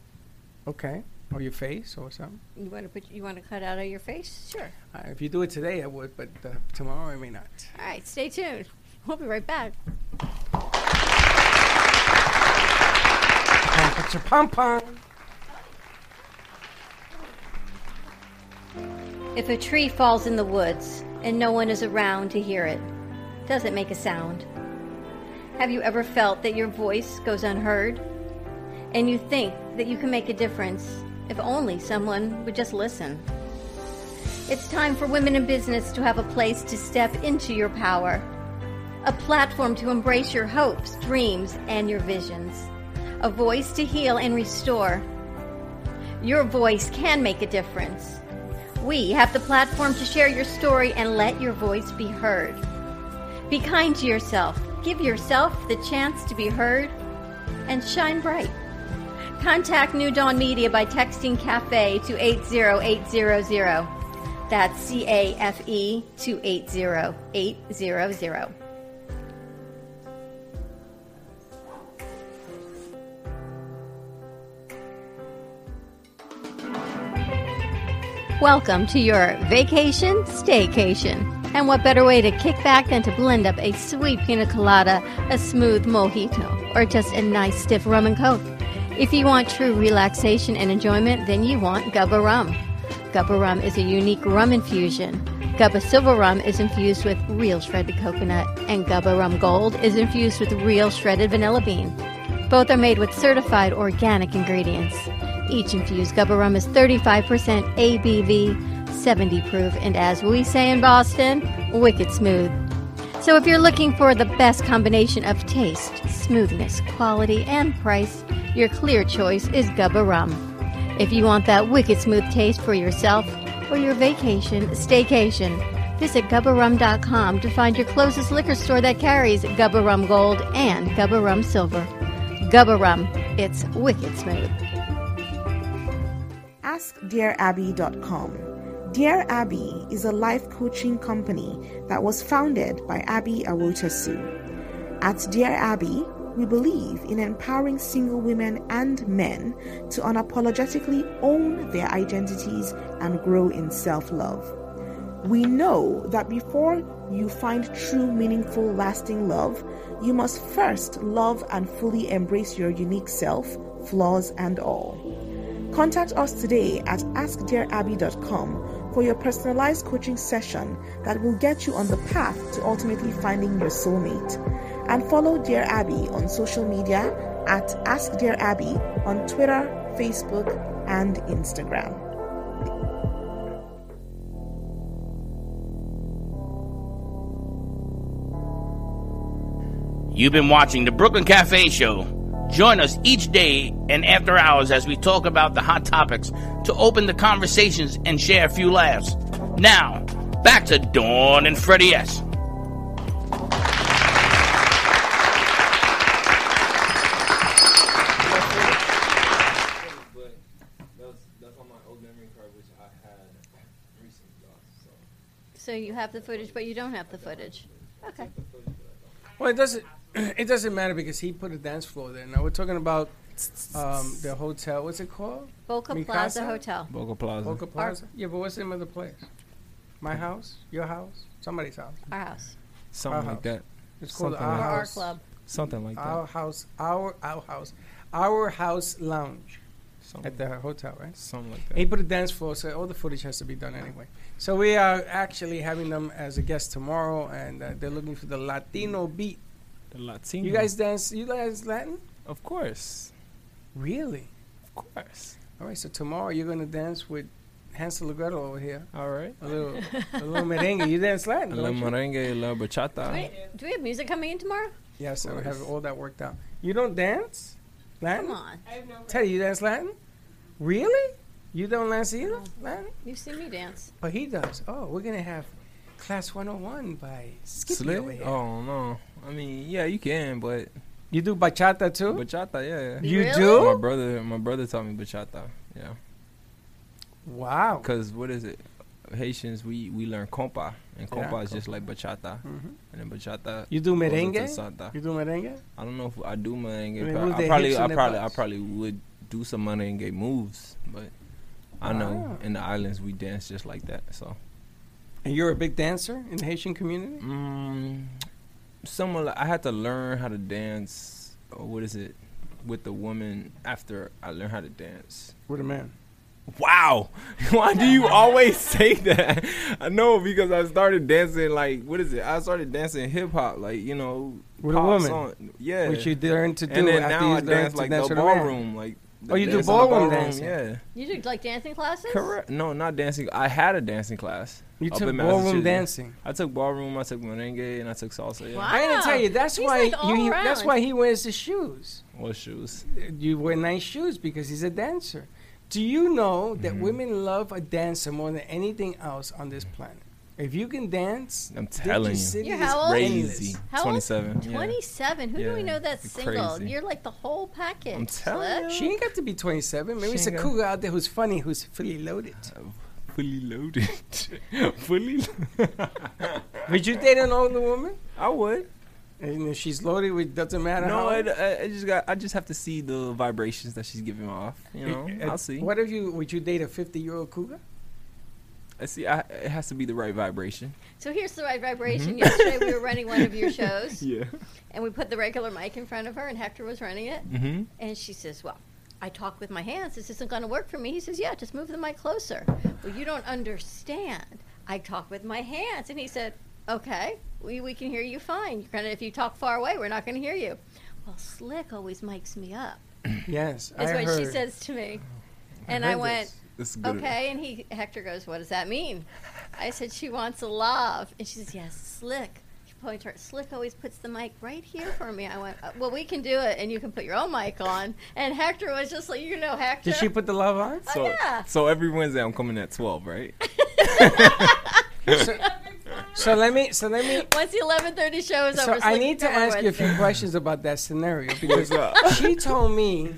S4: Okay. Or your face or something.
S5: You want to put? You want to cut out of your face? Sure.
S4: Uh, if you do it today, I would, but uh, tomorrow I may not.
S5: All right. Stay tuned. We'll be right back.
S4: Pom, pom, cha- pom, pom.
S5: If a tree falls in the woods and no one is around to hear it, does it make a sound? Have you ever felt that your voice goes unheard? And you think that you can make a difference if only someone would just listen? It's time for women in business to have a place to step into your power, a platform to embrace your hopes, dreams, and your visions, a voice to heal and restore. Your voice can make a difference. We have the platform to share your story and let your voice be heard. Be kind to yourself. Give yourself the chance to be heard and shine bright. Contact New Dawn Media by texting CAFE to 80800. That's C A F E to 80800. Welcome to your vacation staycation. And what better way to kick back than to blend up a sweet pina colada, a smooth mojito, or just a nice stiff rum and coke? If you want true relaxation and enjoyment, then you want Gubba Rum. Gubba Rum is a unique rum infusion. Gubba Silver Rum is infused with real shredded coconut, and Gubba Rum Gold is infused with real shredded vanilla bean. Both are made with certified organic ingredients. Each infused Gubba Rum is 35% ABV, 70 proof, and as we say in Boston, wicked smooth. So if you're looking for the best combination of taste, smoothness, quality, and price, your clear choice is Gubba Rum. If you want that wicked smooth taste for yourself or your vacation, staycation, visit gubbarum.com to find your closest liquor store that carries Gubba Rum Gold and Gubba Rum Silver. Gubba Rum, it's wicked smooth.
S9: AskDearAbby.com. Dear Abby is a life coaching company that was founded by Abby Awotasu. At Dear Abby, we believe in empowering single women and men to unapologetically own their identities and grow in self love. We know that before you find true, meaningful, lasting love, you must first love and fully embrace your unique self, flaws and all. Contact us today at AskDearAbby.com for your personalized coaching session that will get you on the path to ultimately finding your soulmate. And follow Dear Abby on social media at Ask Dear Abby on Twitter, Facebook, and Instagram.
S10: You've been watching the Brooklyn Cafe Show. Join us each day and after hours as we talk about the hot topics to open the conversations and share a few laughs. Now, back to Dawn and Freddie S.
S6: But that's that's on my old memory card, which I had recently lost. So
S5: So you have the footage, but you don't have the footage. Okay.
S4: Well, it doesn't. It doesn't matter because he put a dance floor there. Now we're talking about um, the hotel. What's it called?
S5: Boca
S4: Mikasa?
S5: Plaza Hotel.
S6: Boca Plaza.
S4: Boca Plaza. Yeah, but what's the name of the place? My house, your house, somebody's house.
S5: Our house.
S6: Something
S4: Uh-huh.
S6: like that.
S4: It's called
S6: Something
S4: our
S5: Or
S6: like-
S5: our
S4: house.
S5: club.
S6: Something like
S4: Our
S6: that.
S4: house. Our our house. Our house lounge
S6: Something,
S4: at the hotel, right?
S6: something like
S4: He
S6: that.
S4: put a dance floor, so all the footage has to be done anyway. So we are actually having them as a guest tomorrow, and uh, they're looking for the Latino beat.
S6: The Latino.
S4: You guys dance? You guys Latin?
S6: Of course.
S4: Really?
S6: Of course.
S4: All right. So tomorrow you're gonna dance with Hansel and Gretel over here.
S6: All right.
S4: A little, a little merengue. You dance Latin?
S6: La
S4: don't you?
S6: merengue, la bachata.
S5: Wait, do we have music coming in tomorrow?
S4: Yes, I would have all that worked out. You don't dance
S5: Come
S4: Latin?
S5: on.
S7: I have no.
S4: Teddy, you dance Latin? Really? You don't dance either? Latin?
S5: You see me dance.
S4: But he does. Oh, we're gonna have class 101 by Skippy
S6: Slip?
S4: over here.
S6: Oh no. I mean, yeah, you can, but
S4: You do bachata too?
S6: bachata, yeah.
S4: You
S5: Really?
S6: My
S4: do?
S6: brother, my brother taught me bachata. Yeah,
S4: Wow.
S6: cause what is it? Haitians, we we learn compa, and compa is just like bachata,
S4: Mhm.
S6: and then bachata.
S4: You do
S6: goes into
S4: merengue?
S6: salsa.
S4: You do merengue?
S6: I don't know if I do merengue.
S4: Merengue
S6: but
S4: with
S6: I
S4: the
S6: probably,
S4: hips
S6: I
S4: and the
S6: probably, I
S4: butts.
S6: probably would do some merengue moves, but I know
S4: Wow.
S6: in the islands we dance just like that. So,
S4: And you're a big dancer in the Haitian community?
S6: mm, someone I had to learn how to dance. Or what is it? With the woman after I learned how to dance.
S4: With a man.
S6: Wow. Why do you always say that? I know because I started dancing like what is it? I started dancing hip hop like, you know,
S4: With a
S6: pop
S4: woman?
S6: song. Yeah.
S4: Which you learn to do
S6: and then
S4: after
S6: now
S4: you
S6: I
S4: learn
S6: dance
S4: to
S6: like
S4: dance
S6: the
S4: with a man.
S6: ballroom like the
S4: Oh, you do
S6: dance in the
S4: ballroom dancing?
S6: Yeah.
S5: You do like dancing classes?
S6: Correct. No, not dancing. I had a dancing class.
S4: You
S6: Up
S4: took
S6: in
S4: ballroom
S6: Massachusetts.
S4: dancing.
S6: I took ballroom, I took merengue, and I took salsa. Yeah.
S5: Wow.
S4: I gotta tell you, that's
S5: He's
S4: why
S5: like all
S4: you, he, that's
S5: around.
S4: why he wears the shoes.
S6: What shoes?
S4: You wear nice shoes because he's a dancer. Do you know that
S6: Mm-hmm.
S4: women love a dancer more than anything else on this planet? If you can dance,
S6: I'm
S4: Digi
S6: telling you.
S4: City
S5: You're
S4: is
S5: how old?
S6: Crazy.
S5: How old?
S6: 27. yeah.
S5: 27. Who do we
S6: Yeah,
S5: know that's
S6: you're
S5: single?
S6: crazy.
S5: You're like the whole package.
S6: I'm telling
S5: Slick.
S4: She ain't got to be 27. Maybe
S6: She
S4: it's a
S6: ain't got-
S4: cougar out there who's funny, who's fully loaded.
S6: Fully loaded. Fully loaded.
S4: Would you date an older woman?
S6: I would.
S4: And if she's loaded, it doesn't matter.
S6: No,
S4: how
S6: I, I, I just got. I just have to see the vibrations that she's giving off. You know,
S4: Uh,
S6: I'll see.
S4: What if you would you date a 50 year old cougar?
S6: I see. I, it has to be the right vibration.
S5: So here's the right vibration. Yesterday we were running one of your shows,
S6: Mm-hmm. Yeah.
S5: and we put the regular mic in front of her, and Hector was running it.
S6: Mm-hmm.
S5: And she says, Well, I talk with my hands. This isn't going to work for me. He says, Yeah, just move the mic closer. Well, you don't understand. I talk with my hands. And he said, Okay, we, we can hear you fine. You're gonna, if you talk far away, we're not going to hear you. Well, Slick always mics me up,
S4: Yes,
S5: is
S4: I
S5: what
S4: heard.
S5: she says to me. And I went,
S6: This is good.
S5: Okay. And he Hector goes, What does that mean? I said, She wants a love. And she says, Yes, Slick. She pointed to her. Slick always puts the mic right here for me. I went, "Uh, Well, we can do it, and you can put your own mic on. And Hector was just like, You know, Hector.
S4: Did she put the love on?
S6: So,
S5: Oh, yeah.
S6: so every Wednesday I'm coming at twelve, right?
S4: so, so let me. So let me.
S5: Once the 11:30 show is
S4: So
S5: over,
S4: I
S5: Slick
S4: need to
S5: can come on
S4: ask you a few
S5: Wednesday.
S4: questions about that scenario because she told me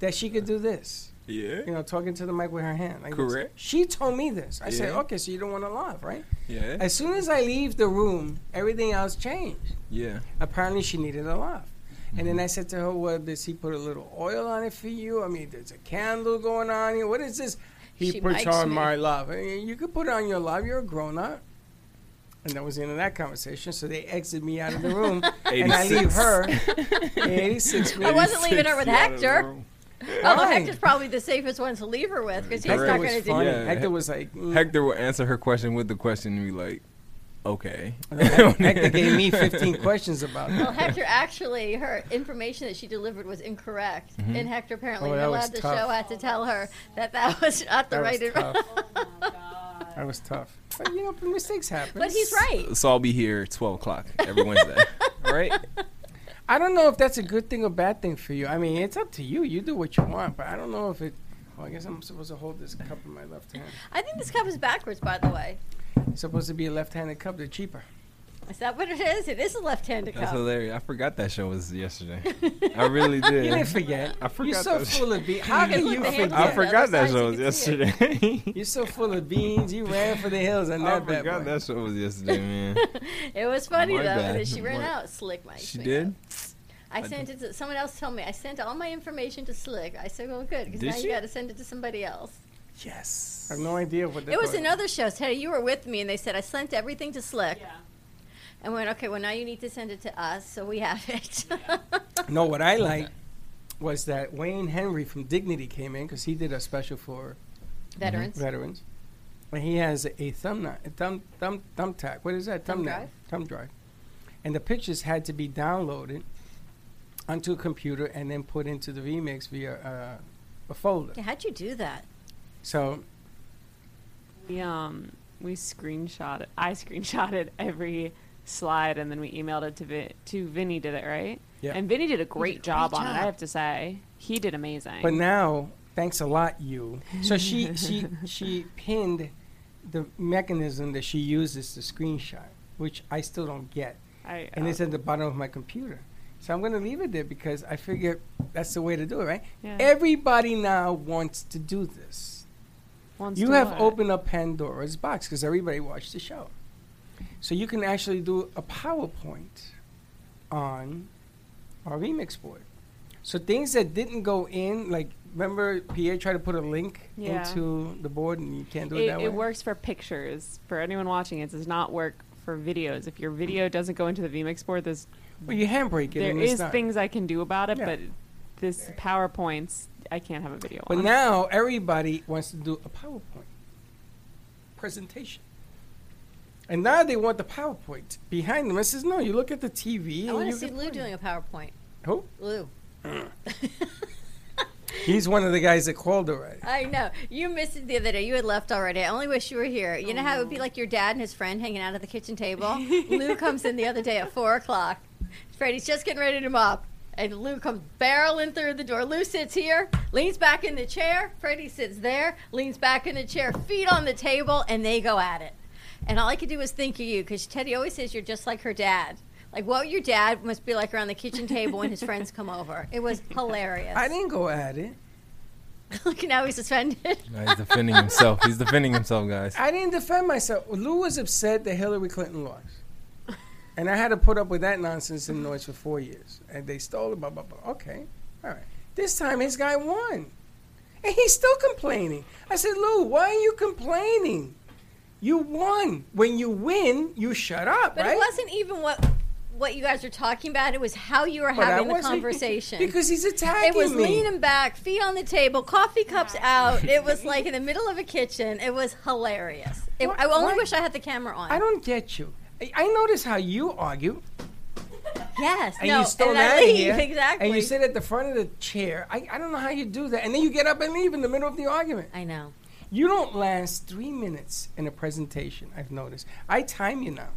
S4: that she could do this. You
S6: Yeah.
S4: know, talking to the mic with her hand. Like this.
S6: Correct.
S4: She told me this. I said,
S6: Yeah.
S4: okay, so you don't want to love, right?
S6: Yeah.
S4: As soon as I leave the room, everything else changed.
S6: Yeah.
S4: apparently she needed a laugh. And then I said to her, Well, does he put a little oil on it for you? I mean, there's a candle going on here. What is this? He
S5: She
S4: puts
S5: mics
S4: on
S5: me.
S4: my love. Eh, You could put on your love. You're a grown up. And that was the end of that conversation. So they exit me out of the room, and I leave
S6: 86.
S4: her. Yeah, 86.
S5: I wasn't leaving her with Hector. Although
S4: Why?
S5: Hector's probably the safest one to leave her with because he's
S4: Hector
S5: not
S4: was
S5: going to do
S4: funny.
S6: Yeah.
S4: Hector was like, mm.
S6: Hector will answer her question with the question and be like, okay.
S4: Hector gave me 15 questions about
S5: Well,
S4: that.
S5: Hector actually, her information that she delivered was incorrect,
S6: Mhm.
S5: and Hector apparently
S4: Oh,
S5: allowed
S4: that was
S5: the
S4: tough.
S5: show had to tell her that that was not the
S4: That was
S5: right.
S4: tough.
S5: advice.
S4: That was tough. But you know, mistakes happen.
S5: but he's right.
S6: So I'll be here 12 o'clock every Wednesday. right?
S4: I don't know if that's a good thing or bad thing for you. I mean, it's up to you. You do what you want, but I don't know if it. Well, I guess I'm supposed to hold this cup in my left hand.
S5: I think this cup is backwards, by the way.
S4: It's supposed to be a left-handed cup. They're cheaper.
S5: Is that what it is? It is a left-handed
S6: That's
S5: cup.
S6: hilarious. I forgot that show was yesterday. I really
S4: You didn't
S6: did.
S4: forget.
S6: I forgot
S4: You're so
S6: that.
S4: full of beans. How
S5: can
S4: can
S5: look
S4: you
S5: the
S4: forget?
S5: handle
S6: I
S5: Yeah,
S6: forgot
S5: the other
S6: that
S5: side
S6: show was
S5: you can see
S6: yesterday. I
S4: You're so full of beans. You ran for the hills on that bad
S6: forgot
S4: boy.
S6: that show was yesterday, man.
S5: It was funny
S6: My
S5: though
S6: bad.
S5: that she ran
S6: What?
S5: out. Slick Mike.
S6: She did?
S5: I sent it to someone else. Told me I sent all my information to Slick. I said, "Well, good, because
S6: Did
S5: now
S6: she?
S5: you got to send it to somebody else."
S6: Yes.
S4: I have no idea what that
S5: It was another show. Teddy, you were with me, and they said I sent everything to Slick.
S7: Yeah.
S5: And we went, okay, well, now you need to send it to us, so we have it.
S4: No, what I like was that Wayne Henry from Dignity came in because he did a special for
S5: Veterans.
S4: veterans. And he has a thumb kni- a thumb thumb thumbtack. What is that?
S5: Thumb
S4: knife.
S5: drive?
S4: Thumb drive. And the pictures had to be downloaded onto a computer and then put into the VMix via uh, a folder.
S5: Yeah, how'd you do that?
S4: So
S2: We um we screenshotted. I screenshotted every slide, and then we emailed it to Vin, to Vinny. Did it right?
S4: Yeah.
S2: And Vinny did a great job on it.
S5: job.
S2: I have to say, he did amazing.
S4: But now, thanks a lot, you. So she she she pinned the mechanism that she uses to screenshot, which I still don't get,
S2: I,
S4: and
S2: uh,
S4: it's at the bottom of my computer. So I'm gonna leave it there because I figure that's the way to do it, right?
S2: Yeah.
S4: Everybody now wants to do this.
S2: wants
S4: You
S2: to
S4: have
S2: what?
S4: opened up Pandora's box because everybody watched the show, so you can actually do a PowerPoint on our remix board. So things that didn't go in, like remember Pierre tried to put a link
S2: Yeah.
S4: into the board and you can't do it,
S2: It,
S4: that way.
S2: it works for pictures. For anyone watching, it does not work for videos. If your video doesn't go into the vMix board, there's
S4: Well, you handbrake it.
S2: there
S4: and it's
S2: is
S4: not.
S2: things I can do about it.
S4: Yeah.
S2: But this PowerPoints, I can't have a video
S4: But
S2: on.
S4: now everybody wants to do a PowerPoint presentation. And now they want the PowerPoint behind them. I says, no, you look at the TV.
S5: I
S4: and
S5: want
S4: you
S5: to see
S4: can
S5: Lou
S4: find it."
S5: doing a PowerPoint.
S4: Who?
S5: Lou.
S4: He's one of the guys that called already.
S5: I know. You missed it the other day. You had left already. I only wish you were here. You know how it would be like your dad and his friend hanging out at the kitchen table? Lou comes in the other day at 4 o'clock. Freddie's just getting ready to mop. And Lou comes barreling through the door. Lou sits here, leans back in the chair. Freddie sits there, leans back in the chair, feet on the table, and they go at it. And all I could do was think of you because Teddy always says you're just like her dad. Like what your dad must be like around the kitchen table when his friends come over. It was hilarious.
S4: I didn't go at it.
S5: Look, now he's suspended.
S6: Now he's defending himself. He's defending himself, guys.
S4: I didn't defend myself. Lou was upset that Hillary Clinton lost. And I had to put up with that nonsense and noise for four years. And they stole it, blah, blah, blah. Okay. All right. This time his guy won. And he's still complaining. I said, Lou, why are you complaining? You won. When you win, you shut up,
S5: But
S4: right?
S5: it wasn't even what what you guys were talking about. It was how you were
S4: But I
S5: having the
S4: wasn't-
S5: conversation.
S4: because he's attacking
S5: it was
S4: me.
S5: leaning back, feet on the table, coffee cups out. It was like in the middle of a kitchen. It was hilarious. It, I only
S4: Why-
S5: wish I had the camera on.
S4: I don't get you. I, I notice how you argue.
S5: yes,
S4: And
S5: no,
S4: you stole
S5: and
S4: out
S5: I
S4: of
S5: leave
S4: here.
S5: exactly.
S4: And you sit at the front of the chair. I, I don't know how you do that. And then you get up and leave in the middle of the argument.
S5: I know.
S4: You don't last three minutes in a presentation, I've noticed. I time you now.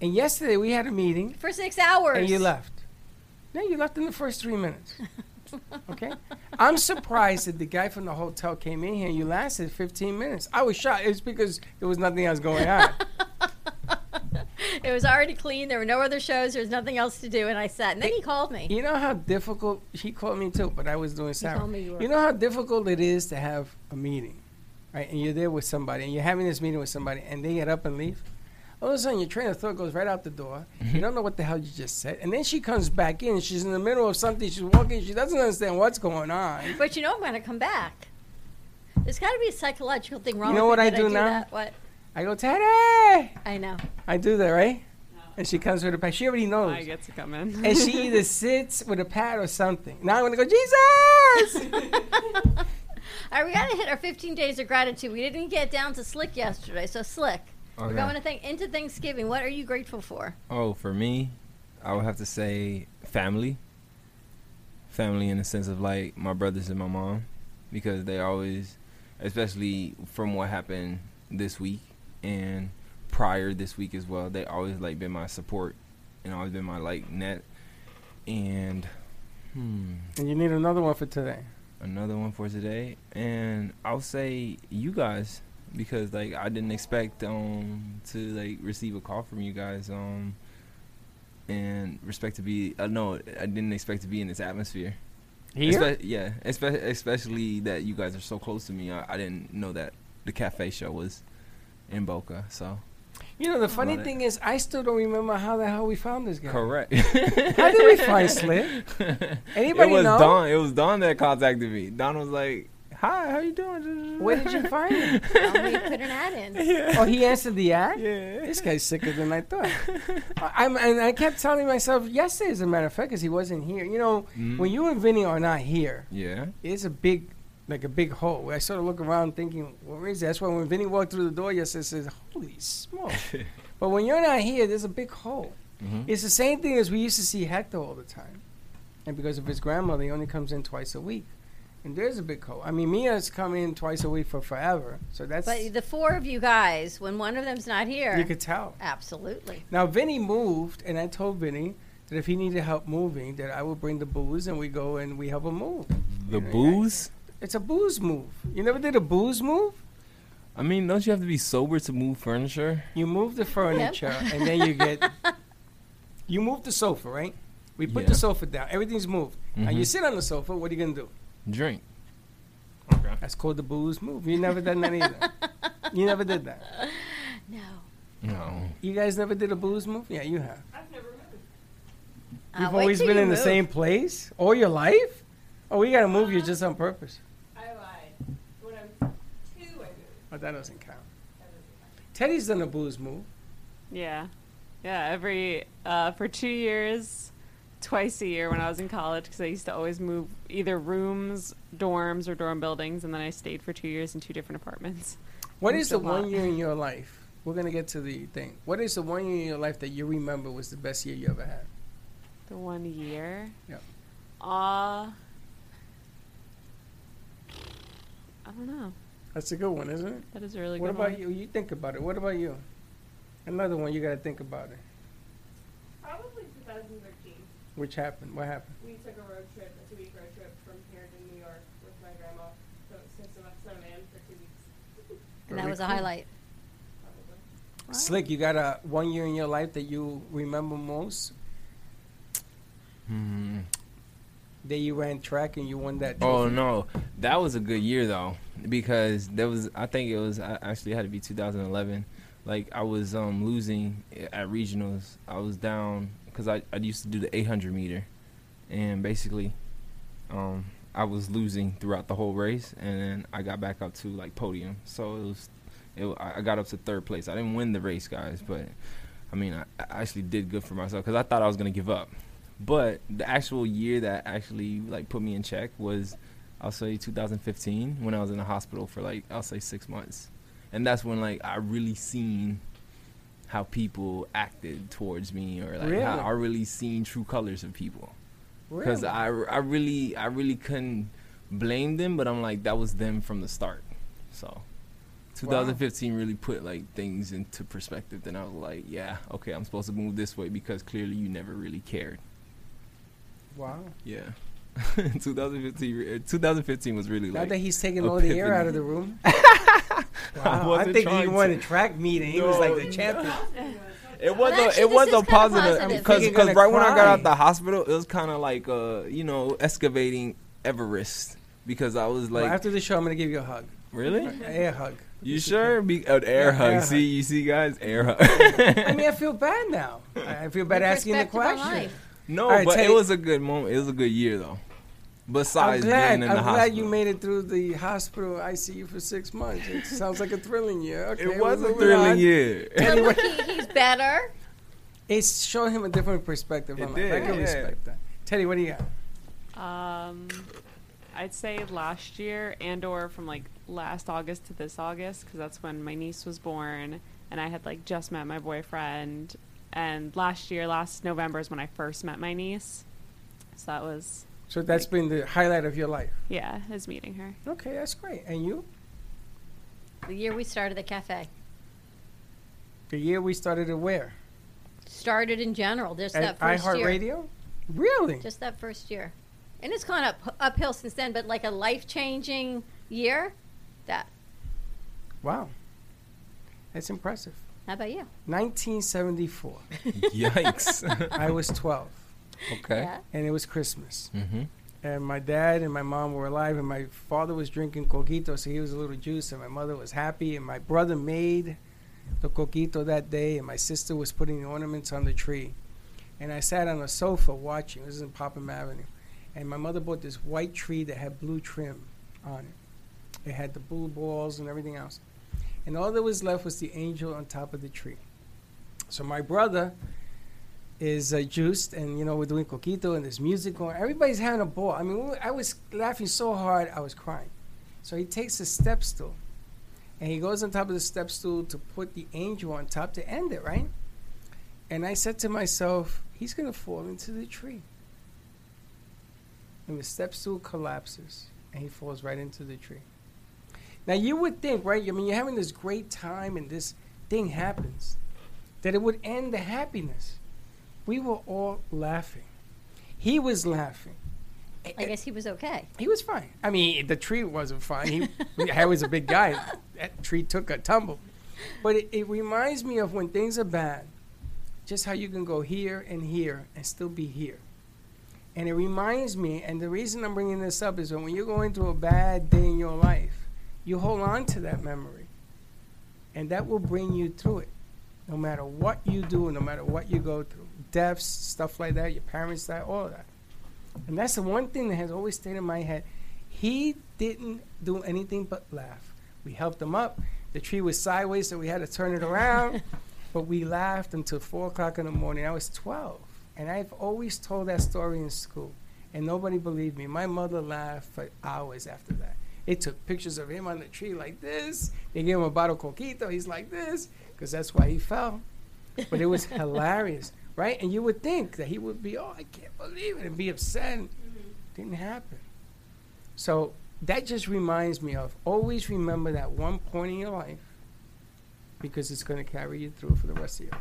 S4: And yesterday we had a meeting
S5: For six hours,
S4: and you left. No, you left in the first three minutes. Okay? I'm surprised that the guy from the hotel came in here and you lasted 15 minutes. I was shocked. It's because there was nothing else going on.
S5: It was already clean. There were no other shows. There was nothing else to do, and I sat. And then he called me.
S4: you know how difficult, he called me too, but I was doing
S5: told me
S4: something.
S5: you
S4: You,
S5: were-
S4: know how difficult it is to have a meeting, right? And you're there with somebody and you're having this meeting with somebody and they get up and leave. all of a sudden your train of thought goes right out the door. You don't know what the hell you just said. And then she comes back in. She's in the middle of something. She's walking. She doesn't understand what's going on.
S5: But you know I'm going to come back. There's got to be a psychological thing wrong
S4: You know what
S5: with me
S4: I
S5: that
S4: do now?
S5: that. What?
S4: I go, Teddy.
S5: I know.
S4: I do that, right? And she comes with a pad. She already knows.
S2: I get to come in.
S4: and she either sits with a pad or something. Now I'm gonna go, Jesus.
S5: All right, we got to hit our 15 days of gratitude. We didn't get down to slick yesterday, so slick. We're
S6: Okay.
S5: going to think into Thanksgiving. What are you grateful for?
S6: Oh, for me, I would have to say family. Family in the sense of like my brothers and my mom, because they always, especially from what happened this week and prior this week as well, they always like been my support and always been my like net. And hmm,
S4: and you need another one for today.
S6: another one for today, and I'll say you guys because like I didn't expect um to like receive a call from you guys um and respect to be uh, no I didn't expect to be in this atmosphere Espe- yeah espe- especially that you guys are so close to me I, I didn't know that the cafe show was in Boca so
S4: You know the funny
S6: Love it.
S4: thing is, I still don't remember how the hell we found this guy.
S6: correct
S4: How did we find Slick? Anybody
S6: it was
S4: know?
S6: Don it was Don that contacted me Don was like hi how you doing
S4: Where did you find him?
S5: Well, we put an ad in.
S4: Oh, he answered the ad.
S6: yeah
S4: This guy's sicker than I thought. I- I'm, and I kept telling myself yesterday, as a matter of fact, because he wasn't here. You know,
S6: Mm.
S4: when you and Vinny are not here,
S6: yeah
S4: it's a big, like a big hole. I sort of look around thinking, where is that? That's why when Vinny walked through the door yesterday, I said, holy smoke. but when you're not here, there's a big hole.
S6: Mhm.
S4: It's the same thing as we used to see Hector all the time. And because of his grandmother, he only comes in twice a week. And there's a big hole. I mean, Mia's come in twice a week for forever. So that's,
S5: But the four of you guys, when one of them's not here,
S4: you could tell.
S5: absolutely.
S4: Now Vinny moved, and I told Vinny that if he needed help moving, that I would bring the booze and we go and we help him move.
S6: the booze
S4: It's a booze move. You never did a booze move.
S6: I mean, don't you have to be sober to move furniture?
S4: You move the furniture, and then you get. You move the sofa, right? We put the
S6: Yeah.
S4: sofa down. Everything's moved. Now you
S6: Mhm.
S4: sit on the sofa. What are you gonna do?
S6: Drink.
S4: That's called the booze move. You never done that either. you never did that.
S5: No.
S6: No.
S4: You guys never did a booze move? Yeah, you have.
S7: I've never moved.
S5: Uh,
S4: You've
S5: wait
S4: always
S5: till
S4: been
S5: you
S4: in the
S5: move.
S4: same place all your life. Oh, we gotta move you just on purpose.
S7: I lied. When I was two, I moved.
S4: Oh, that doesn't count. Teddy's done a booze move.
S2: Yeah. Yeah, every uh, for 2 years twice a year when I was in college cuz I used to always move either rooms, dorms or dorm buildings and then I stayed for 2 years in two different apartments.
S4: What
S2: It's
S4: is
S2: a
S4: the
S2: lot.
S4: one year in your life? We're gonna get to the thing. What is the one year in your life that you remember was the best year you ever had?
S2: The one year.
S4: Yep.
S2: Uh I don't know.
S4: That's a good one, isn't it?
S2: That is a really
S4: what
S2: good.
S4: about
S2: one.
S4: you? You think about it. What about you? Another one you gotta think about it.
S7: Probably 2013.
S4: Which happened? What happened?
S7: We took a road trip, a two-week road trip from here to New York with my grandma. So since I left Son of Man for two weeks,
S5: And that was a highlight.
S7: probably.
S4: Slick, you got a one year in your life that you remember most?
S6: Hmm.
S4: That you ran track and you won that.
S6: Oh
S4: trophy?
S6: no, that was a good year though, because there was. I think it was. I actually had to be 2011. Like I was um losing at regionals. I was down because I I used to do the 800 meter, and basically, um I was losing throughout the whole race, and then I got back up to like podium. So it was. It, wa- I I got up to third place. I didn't win the race, guys, but I mean, I, I actually did good for myself because I thought I was gonna give up. But the actual year that actually like put me in check was, I'll say 2015 when I was in the hospital for like I'll say six months, and that's when like I really seen how people acted towards me or like how
S4: Really?
S6: I really seen true colors of people because
S4: Really?
S6: I I really I really couldn't blame them, but I'm like that was them from the start, so. 2015 really put like things into perspective. Then I was like, yeah, okay, I'm supposed to move this way because clearly you never really cared.
S4: wow.
S6: Yeah. 2015 re- uh, 2015 was really
S4: now
S6: like
S4: that he's taking all the air
S6: epiphany.
S4: out of the room.
S6: I
S4: wow. I,
S6: wasn't
S4: think he
S6: trying
S4: won
S6: to.
S4: a track meet and he was
S6: No,
S4: like the
S6: no.
S4: champion.
S6: it was
S5: Well,
S6: a,
S5: actually,
S6: it was
S5: this
S6: a
S5: is kinda
S6: positive
S5: positive.
S6: because
S4: You're
S6: because
S4: gonna
S6: right when I got out
S4: cry.
S6: the hospital it was kind of like uh you know excavating Everest because I was
S4: well,
S6: like
S4: after the show, I'm gonna give you a hug,
S6: really
S4: an air hug.
S6: you sure Be, uh, air
S4: Yeah,
S6: hug
S4: air
S6: see
S4: hug.
S6: you see guys air hug
S4: I mean, I feel bad now. I I feel bad asking the
S5: Perspective on
S4: question.
S5: life.
S6: no
S4: All right,
S6: but
S4: Teddy-
S6: it was a good moment it was a good year though
S4: I'm
S6: besides
S4: glad.
S6: being in
S4: I'm
S6: the
S4: glad
S6: hospital.
S4: you made it through the hospital ICU for six months. It sounds like a thrilling year. Okay,
S6: it was
S4: we're
S6: a
S4: moving
S6: thrilling
S4: on.
S6: year.
S5: So look, he, he's better.
S4: It showed him a different perspective.
S6: It
S4: on life. I
S6: did,
S4: can
S6: yeah.
S4: respect that. Teddy, what do you got?
S2: Um, I'd say last year and or from like last August to this August because that's when my niece was born and I had like just met my boyfriend. And last year, last November is when I first met my niece. So that was
S4: So that's been the highlight of your life.
S2: yeah, is meeting her.
S4: Okay, that's great. And you?
S5: The year we started the cafe.
S4: The year we started to wear
S5: Started in general. Just
S4: at
S5: that first year.
S4: iHeartRadio. Really?
S5: Just that first year. And it's gone up uphill since then, but like a life changing year. That.
S4: Wow, that's impressive.
S5: How about you?
S4: 1974.
S6: Yikes.
S4: I was 12,
S6: okay.
S5: Yeah.
S4: and it was Christmas.
S6: Mm-hmm.
S4: and my dad and my mom were alive, and my father was drinking coquito, so he was a little juice, and my mother was happy, and my brother made the coquito that day, and my sister was putting the ornaments on the tree, and I sat on a sofa watching. This is in Popham Avenue, and my mother bought this white tree that had blue trim on it. It had the blue balls and everything else, and all that was left was the angel on top of the tree. So my brother is uh, juiced, and you know we're doing coquito, and there's music going. Everybody's having a ball. I mean, we were- I was laughing so hard I was crying. So he takes a step stool, and he goes on top of the step stool to put the angel on top to end it, right? And I said to myself, he's gonna fall into the tree. And the step stool collapses, and he falls right into the tree. Now you would think, right? I mean, you're having this great time, and this thing happens, that it would end the happiness we were all laughing. He was laughing.
S5: I guess he was okay.
S4: He was fine. I mean, the tree wasn't fine. He, I was a big guy. That tree took a tumble. But it, it reminds me of when things are bad, just how you can go here and here and still be here. And it reminds me, and the reason I'm bringing this up is when you're going through a bad day in your life, you hold on to that memory. And that will bring you through it, no matter what you do, no matter what you go through. Deaths, stuff like that, your parents die, all of that. And that's the one thing that has always stayed in my head. He didn't do anything but laugh. We helped him up. The tree was sideways, so we had to turn it around. but we laughed until four o'clock in the morning. I was 12. And I've always told that story in school. And nobody believed me. My mother laughed for hours after that. They took pictures of him on the tree like this. They gave him a bottle of coquito. He's like this, because that's why he fell but it was hilarious, right? And you would think that he would be, oh, I can't believe it, and be upset. and Didn't happen. So that just reminds me of always remember that one point in your life because it's going to carry you through for the rest of your life.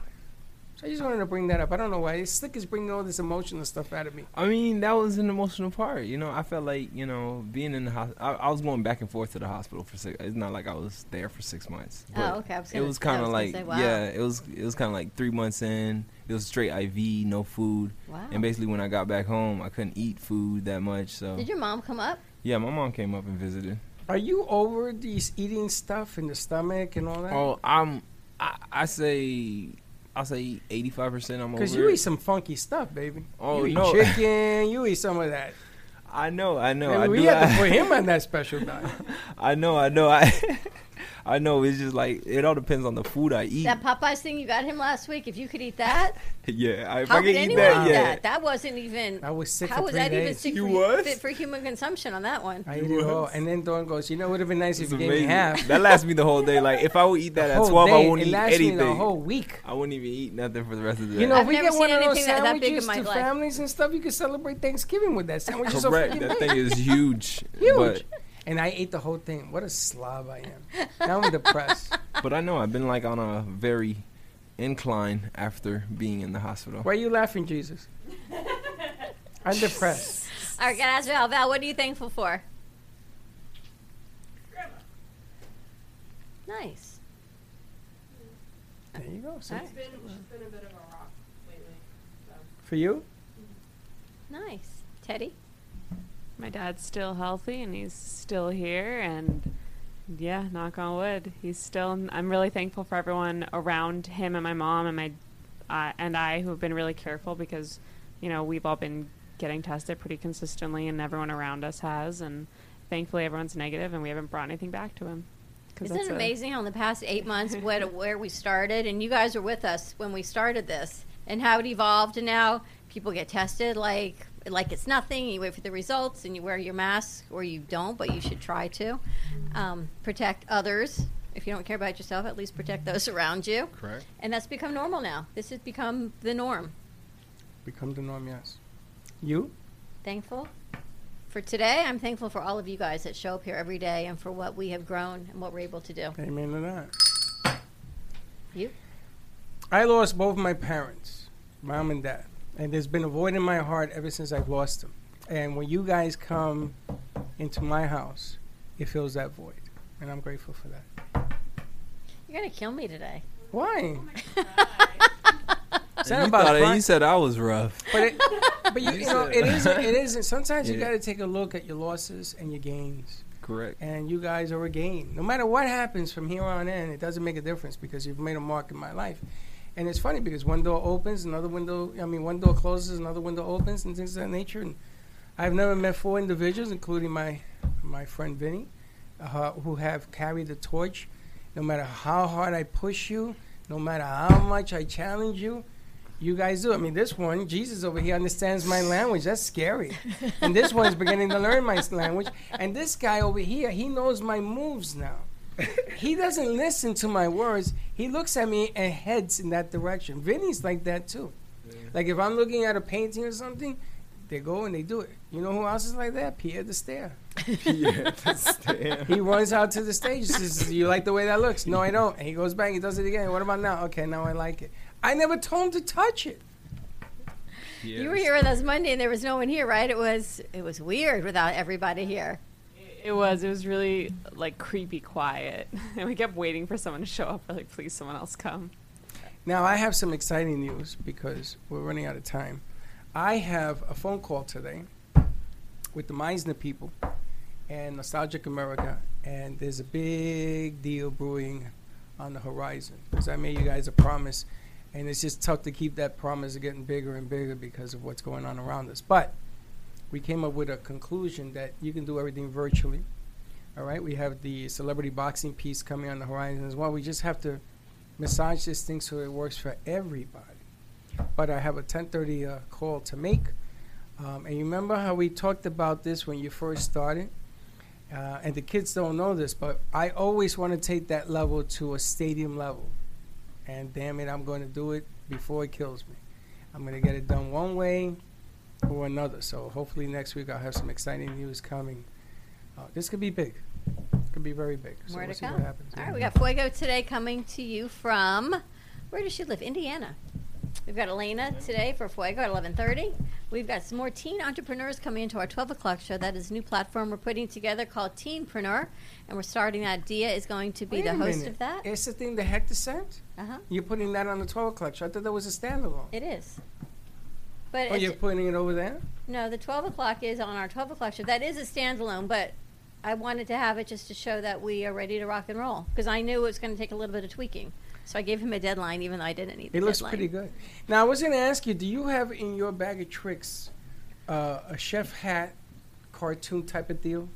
S4: So I just wanted to bring that up. I don't know why. This stick is bringing all this emotional stuff out of me.
S6: I mean, that was an emotional part. You know, I felt like you know being in the hospital. I, I was going back and forth to the hospital for six. It's not like I was there for six months. but
S5: oh, okay. I was
S6: It
S5: gonna-
S6: was
S5: I
S6: kind of
S5: gonna
S6: like
S5: say, wow.
S6: yeah, it was it was kind of like three months in. It was straight IV, no food,
S5: Wow.
S6: and basically when I got back home, I couldn't eat food that much. So
S5: Did your mom come up?
S6: yeah, my mom came up and visited.
S4: Are you over these eating stuff in the stomach and all that?
S6: Oh, I'm I, I say I say eighty five percent. I'm
S4: Because
S6: over.
S4: you
S6: it.
S4: eat some funky stuff, baby.
S6: Oh,
S4: you eat
S6: no.
S4: chicken. You eat some of that.
S6: I know, I know.
S4: Maybe
S6: I
S4: we
S6: do-
S4: have
S6: I-
S4: to put him on that special diet.
S6: I know, I know, I, I know. It's just like it all depends on the food I eat.
S5: That Popeyes thing you got him last week, if you could eat that,
S6: yeah, I, if
S5: how
S6: I
S5: could
S6: can eat
S5: anyone
S6: that,
S5: eat
S6: yeah.
S5: that? That wasn't even.
S4: I was sick
S5: How
S4: for
S5: was
S4: three
S5: that even
S4: days.
S5: sick
S6: You
S5: for,
S6: was?
S5: fit for human consumption on that one?
S4: I ate it all, and then Dawn goes, "You know, it would have been nice if you gave me half."
S6: That lasts me the whole day. Like if I would eat that at
S4: Whole
S6: twelve, I
S4: day,
S6: wouldn't
S4: it
S6: eat
S4: lasts
S6: anything.
S4: me the whole week.
S6: I wouldn't even eat nothing for the rest of the day.
S4: You know,
S5: I've
S4: if we
S5: never
S4: get one
S5: seen
S4: of those
S5: anything that- that big in
S4: sandwiches
S5: my
S4: to
S5: life.
S4: families and stuff, you could celebrate Thanksgiving with that sandwich. It's so
S6: correct.
S4: freaking
S6: That
S4: big.
S6: thing is huge.
S4: huge. and I ate the whole thing. What a slob I am. Now I'm depressed.
S6: But, but I know I've been like on a very incline after being in the hospital.
S4: Why are you laughing, Jesus? I'm depressed.
S5: All right, guys, Val, Val, what are you thankful for? Nice.
S4: There you go. see?
S5: All right.
S7: Been, she's been a bit of a rock lately.
S4: For you,
S5: Nice. Teddy?
S2: My dad's still healthy and he's still here and yeah, knock on wood, he's still. I'm really thankful for everyone around him and my mom and my uh, and I who have been really careful because you know we've all been getting tested pretty consistently, and everyone around us has. And thankfully, everyone's negative, and we haven't brought anything back to him. 'Cause
S5: Isn't
S2: that's
S5: it
S2: a-
S5: amazing on the past eight months what, where we started? And you guys were with us when we started this and how it evolved. And now people get tested like like it's nothing. You wait for the results and you wear your mask or you don't, but you should try to um, protect others. If you don't care about yourself, at least protect those around you.
S4: Correct.
S5: And that's become normal now. This has become the norm.
S4: Become the norm, yes. You?
S5: Thankful for today. I'm thankful for all of you guys that show up here every day and for what we have grown and what we're able to do.
S4: Amen to that.
S5: You?
S4: I lost both my parents, mom and dad, and there's been a void in my heart ever since I've lost them. And when you guys come into my house, it fills that void, and I'm grateful for that.
S5: You're gonna kill me today.
S4: Why? It's
S6: You,
S4: not about
S6: thought it,
S4: fun.
S6: you said I was rough.
S4: But it, but you, you know, it isn't. It isn't. Sometimes you
S6: Yeah.
S4: got to take a look at your losses and your gains.
S6: Correct.
S4: And you guys are a gain. No matter what happens from here on in, it doesn't make a difference because you've made a mark in my life. And it's funny because one door opens, another window. I mean, one door closes, another window opens, and things of that nature. And I've never met four individuals, including my my friend Vinny, uh, who have carried the torch. No matter how hard I push you, no matter how much I challenge you, you guys do. I mean, this one, Jesus over here, understands my language. That's scary. And this one's beginning to learn my language. And this guy over here, he knows my moves now. he doesn't listen to my words. He looks at me and heads in that direction. Vinny's like that too. Like if I'm looking at a painting or something, they go and they do it. You know who else is like that? Pierre the Stare. He runs out to the stage. and Says, "You like the way that looks?" No, I don't. And he goes back. He does it again. What about now? Okay, now I like it. I never told him to touch it.
S5: You were here with us Monday, and there was no one here, right? It was it was weird without everybody here.
S2: It was. It was really like creepy quiet, and we kept waiting for someone to show up. We're like, please, someone else come.
S4: Now I have some exciting news because we're running out of time. I have a phone call today with the Meisner people and Nostalgic America, and there's a big deal brewing on the horizon. Because I made you guys a promise, and it's just tough to keep that promise getting bigger and bigger because of what's going on around us. But we came up with a conclusion that you can do everything virtually. All right, we have the celebrity boxing piece coming on the horizon as well. We just have to massage this thing so it works for everybody. But I have a 10:30 uh, call to make, um, and you remember how we talked about this when you first started. Uh, and the kids don't know this, but I always want to take that level to a stadium level. And damn it, I'm going to do it before it kills me. I'm going to get it done one way or another. So hopefully next week I'll have some exciting news coming. Uh, this could be big. Could be very big. So
S5: More
S4: we'll
S5: to
S4: see
S5: come.
S4: what happens.
S5: All right, we got Fuego today coming to you from where does she live? Indiana. We've got Elena today for Fuego at eleven thirty. We've got some more teen entrepreneurs coming into our twelve o'clock show. That is a new platform we're putting together called Teenpreneur, and we're starting that. Dia is going to be
S4: Wait
S5: the
S4: a
S5: host
S4: minute.
S5: of that.
S4: It's the thing the Hector sent?
S5: Uh huh.
S4: You're putting that on the 12 o'clock show. I thought that was a standalone.
S5: It is. But
S4: oh,
S5: it's-
S4: you're putting it over there?
S5: No, the 12 o'clock is on our 12 o'clock show. That is a standalone, but I wanted to have it just to show that we are ready to rock and roll because I knew it was going to take a little bit of tweaking. So I gave him a deadline, even though I didn't need the
S4: It looks
S5: deadline.
S4: pretty good. Now, I was going to ask you do you have in your bag of tricks uh, a chef hat cartoon type of deal?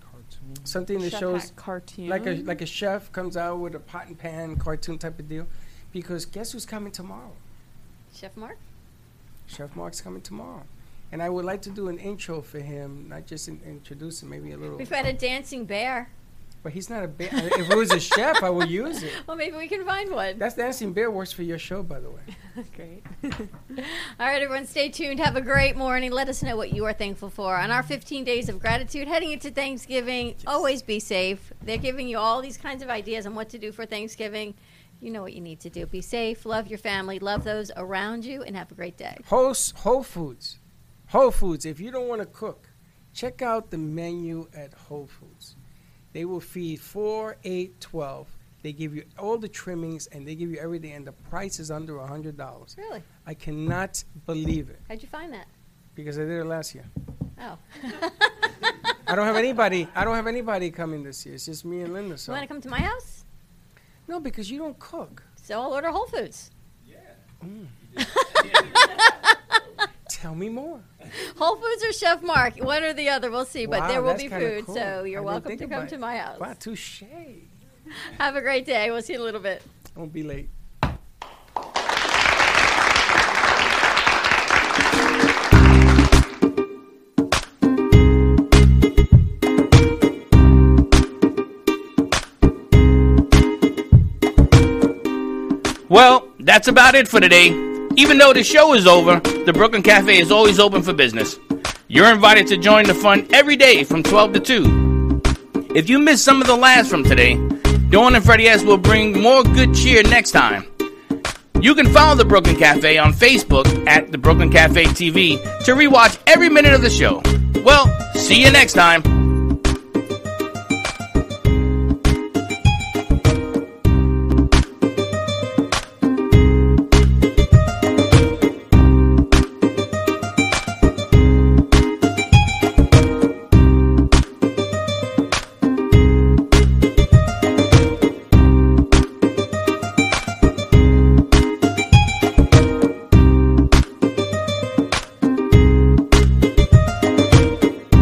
S4: Cartoon. Something that
S2: Chef
S4: shows
S2: hat cartoon.
S4: like a like a chef comes out with a pot and pan cartoon type of deal, because guess who's coming tomorrow?
S5: Chef Mark?
S4: Chef Mark's coming tomorrow, and I would like to do an intro for him, not just in, introduce him, maybe a little.
S5: We've got a dancing bear.
S4: But he's not a bear. if it was a chef, I would use it.
S5: Well, maybe we can find one.
S4: That's dancing bear works for your show, by the way.
S2: Great.
S5: All right, everyone, stay tuned. Have a great morning. Let us know what you are thankful for on our 15 days of gratitude heading into Thanksgiving. Always be safe. They're giving you all these kinds of ideas on what to do for Thanksgiving. You know what you need to do. Be safe, love your family, love those around you, and have a great day.
S4: Whole, S- Whole Foods. Whole Foods. If you don't want to cook, check out the menu at Whole Foods. They will feed 4, 8, 12. They give you all the trimmings and they give you everything, and the price is under $100.
S5: Really?
S4: I cannot believe it
S5: How'd you find that?
S4: because I did it last year.
S5: Oh,
S4: I don't have anybody. I don't have anybody coming this year. It's just me and Linda.
S5: you
S4: So
S5: want to come to my house?
S4: no, because you don't cook.
S5: So I'll order Whole Foods.
S4: Tell me more.
S5: Whole Foods or Chef Mark, one or the other, we'll see. But
S4: Wow,
S5: there will
S4: that's
S5: be
S4: kinda
S5: food,
S4: cool. I
S5: so you're
S4: didn't
S5: welcome
S4: think
S5: to come
S4: about
S5: to
S4: it.
S5: my house.
S4: Wow, touche.
S5: Have a great day. We'll see you in a little bit.
S4: I won't be late.
S10: Well, that's about it for today. Even though the show is over, the Brooklyn Cafe is always open for business. You're invited to join the fun every day from 12 to 2. If you missed some of the laughs from today, Dawn and Freddie S will bring more good cheer next time. You can follow the Brooklyn Cafe on Facebook at the Brooklyn Cafe TV to rewatch every minute of the show. Well, see you next time.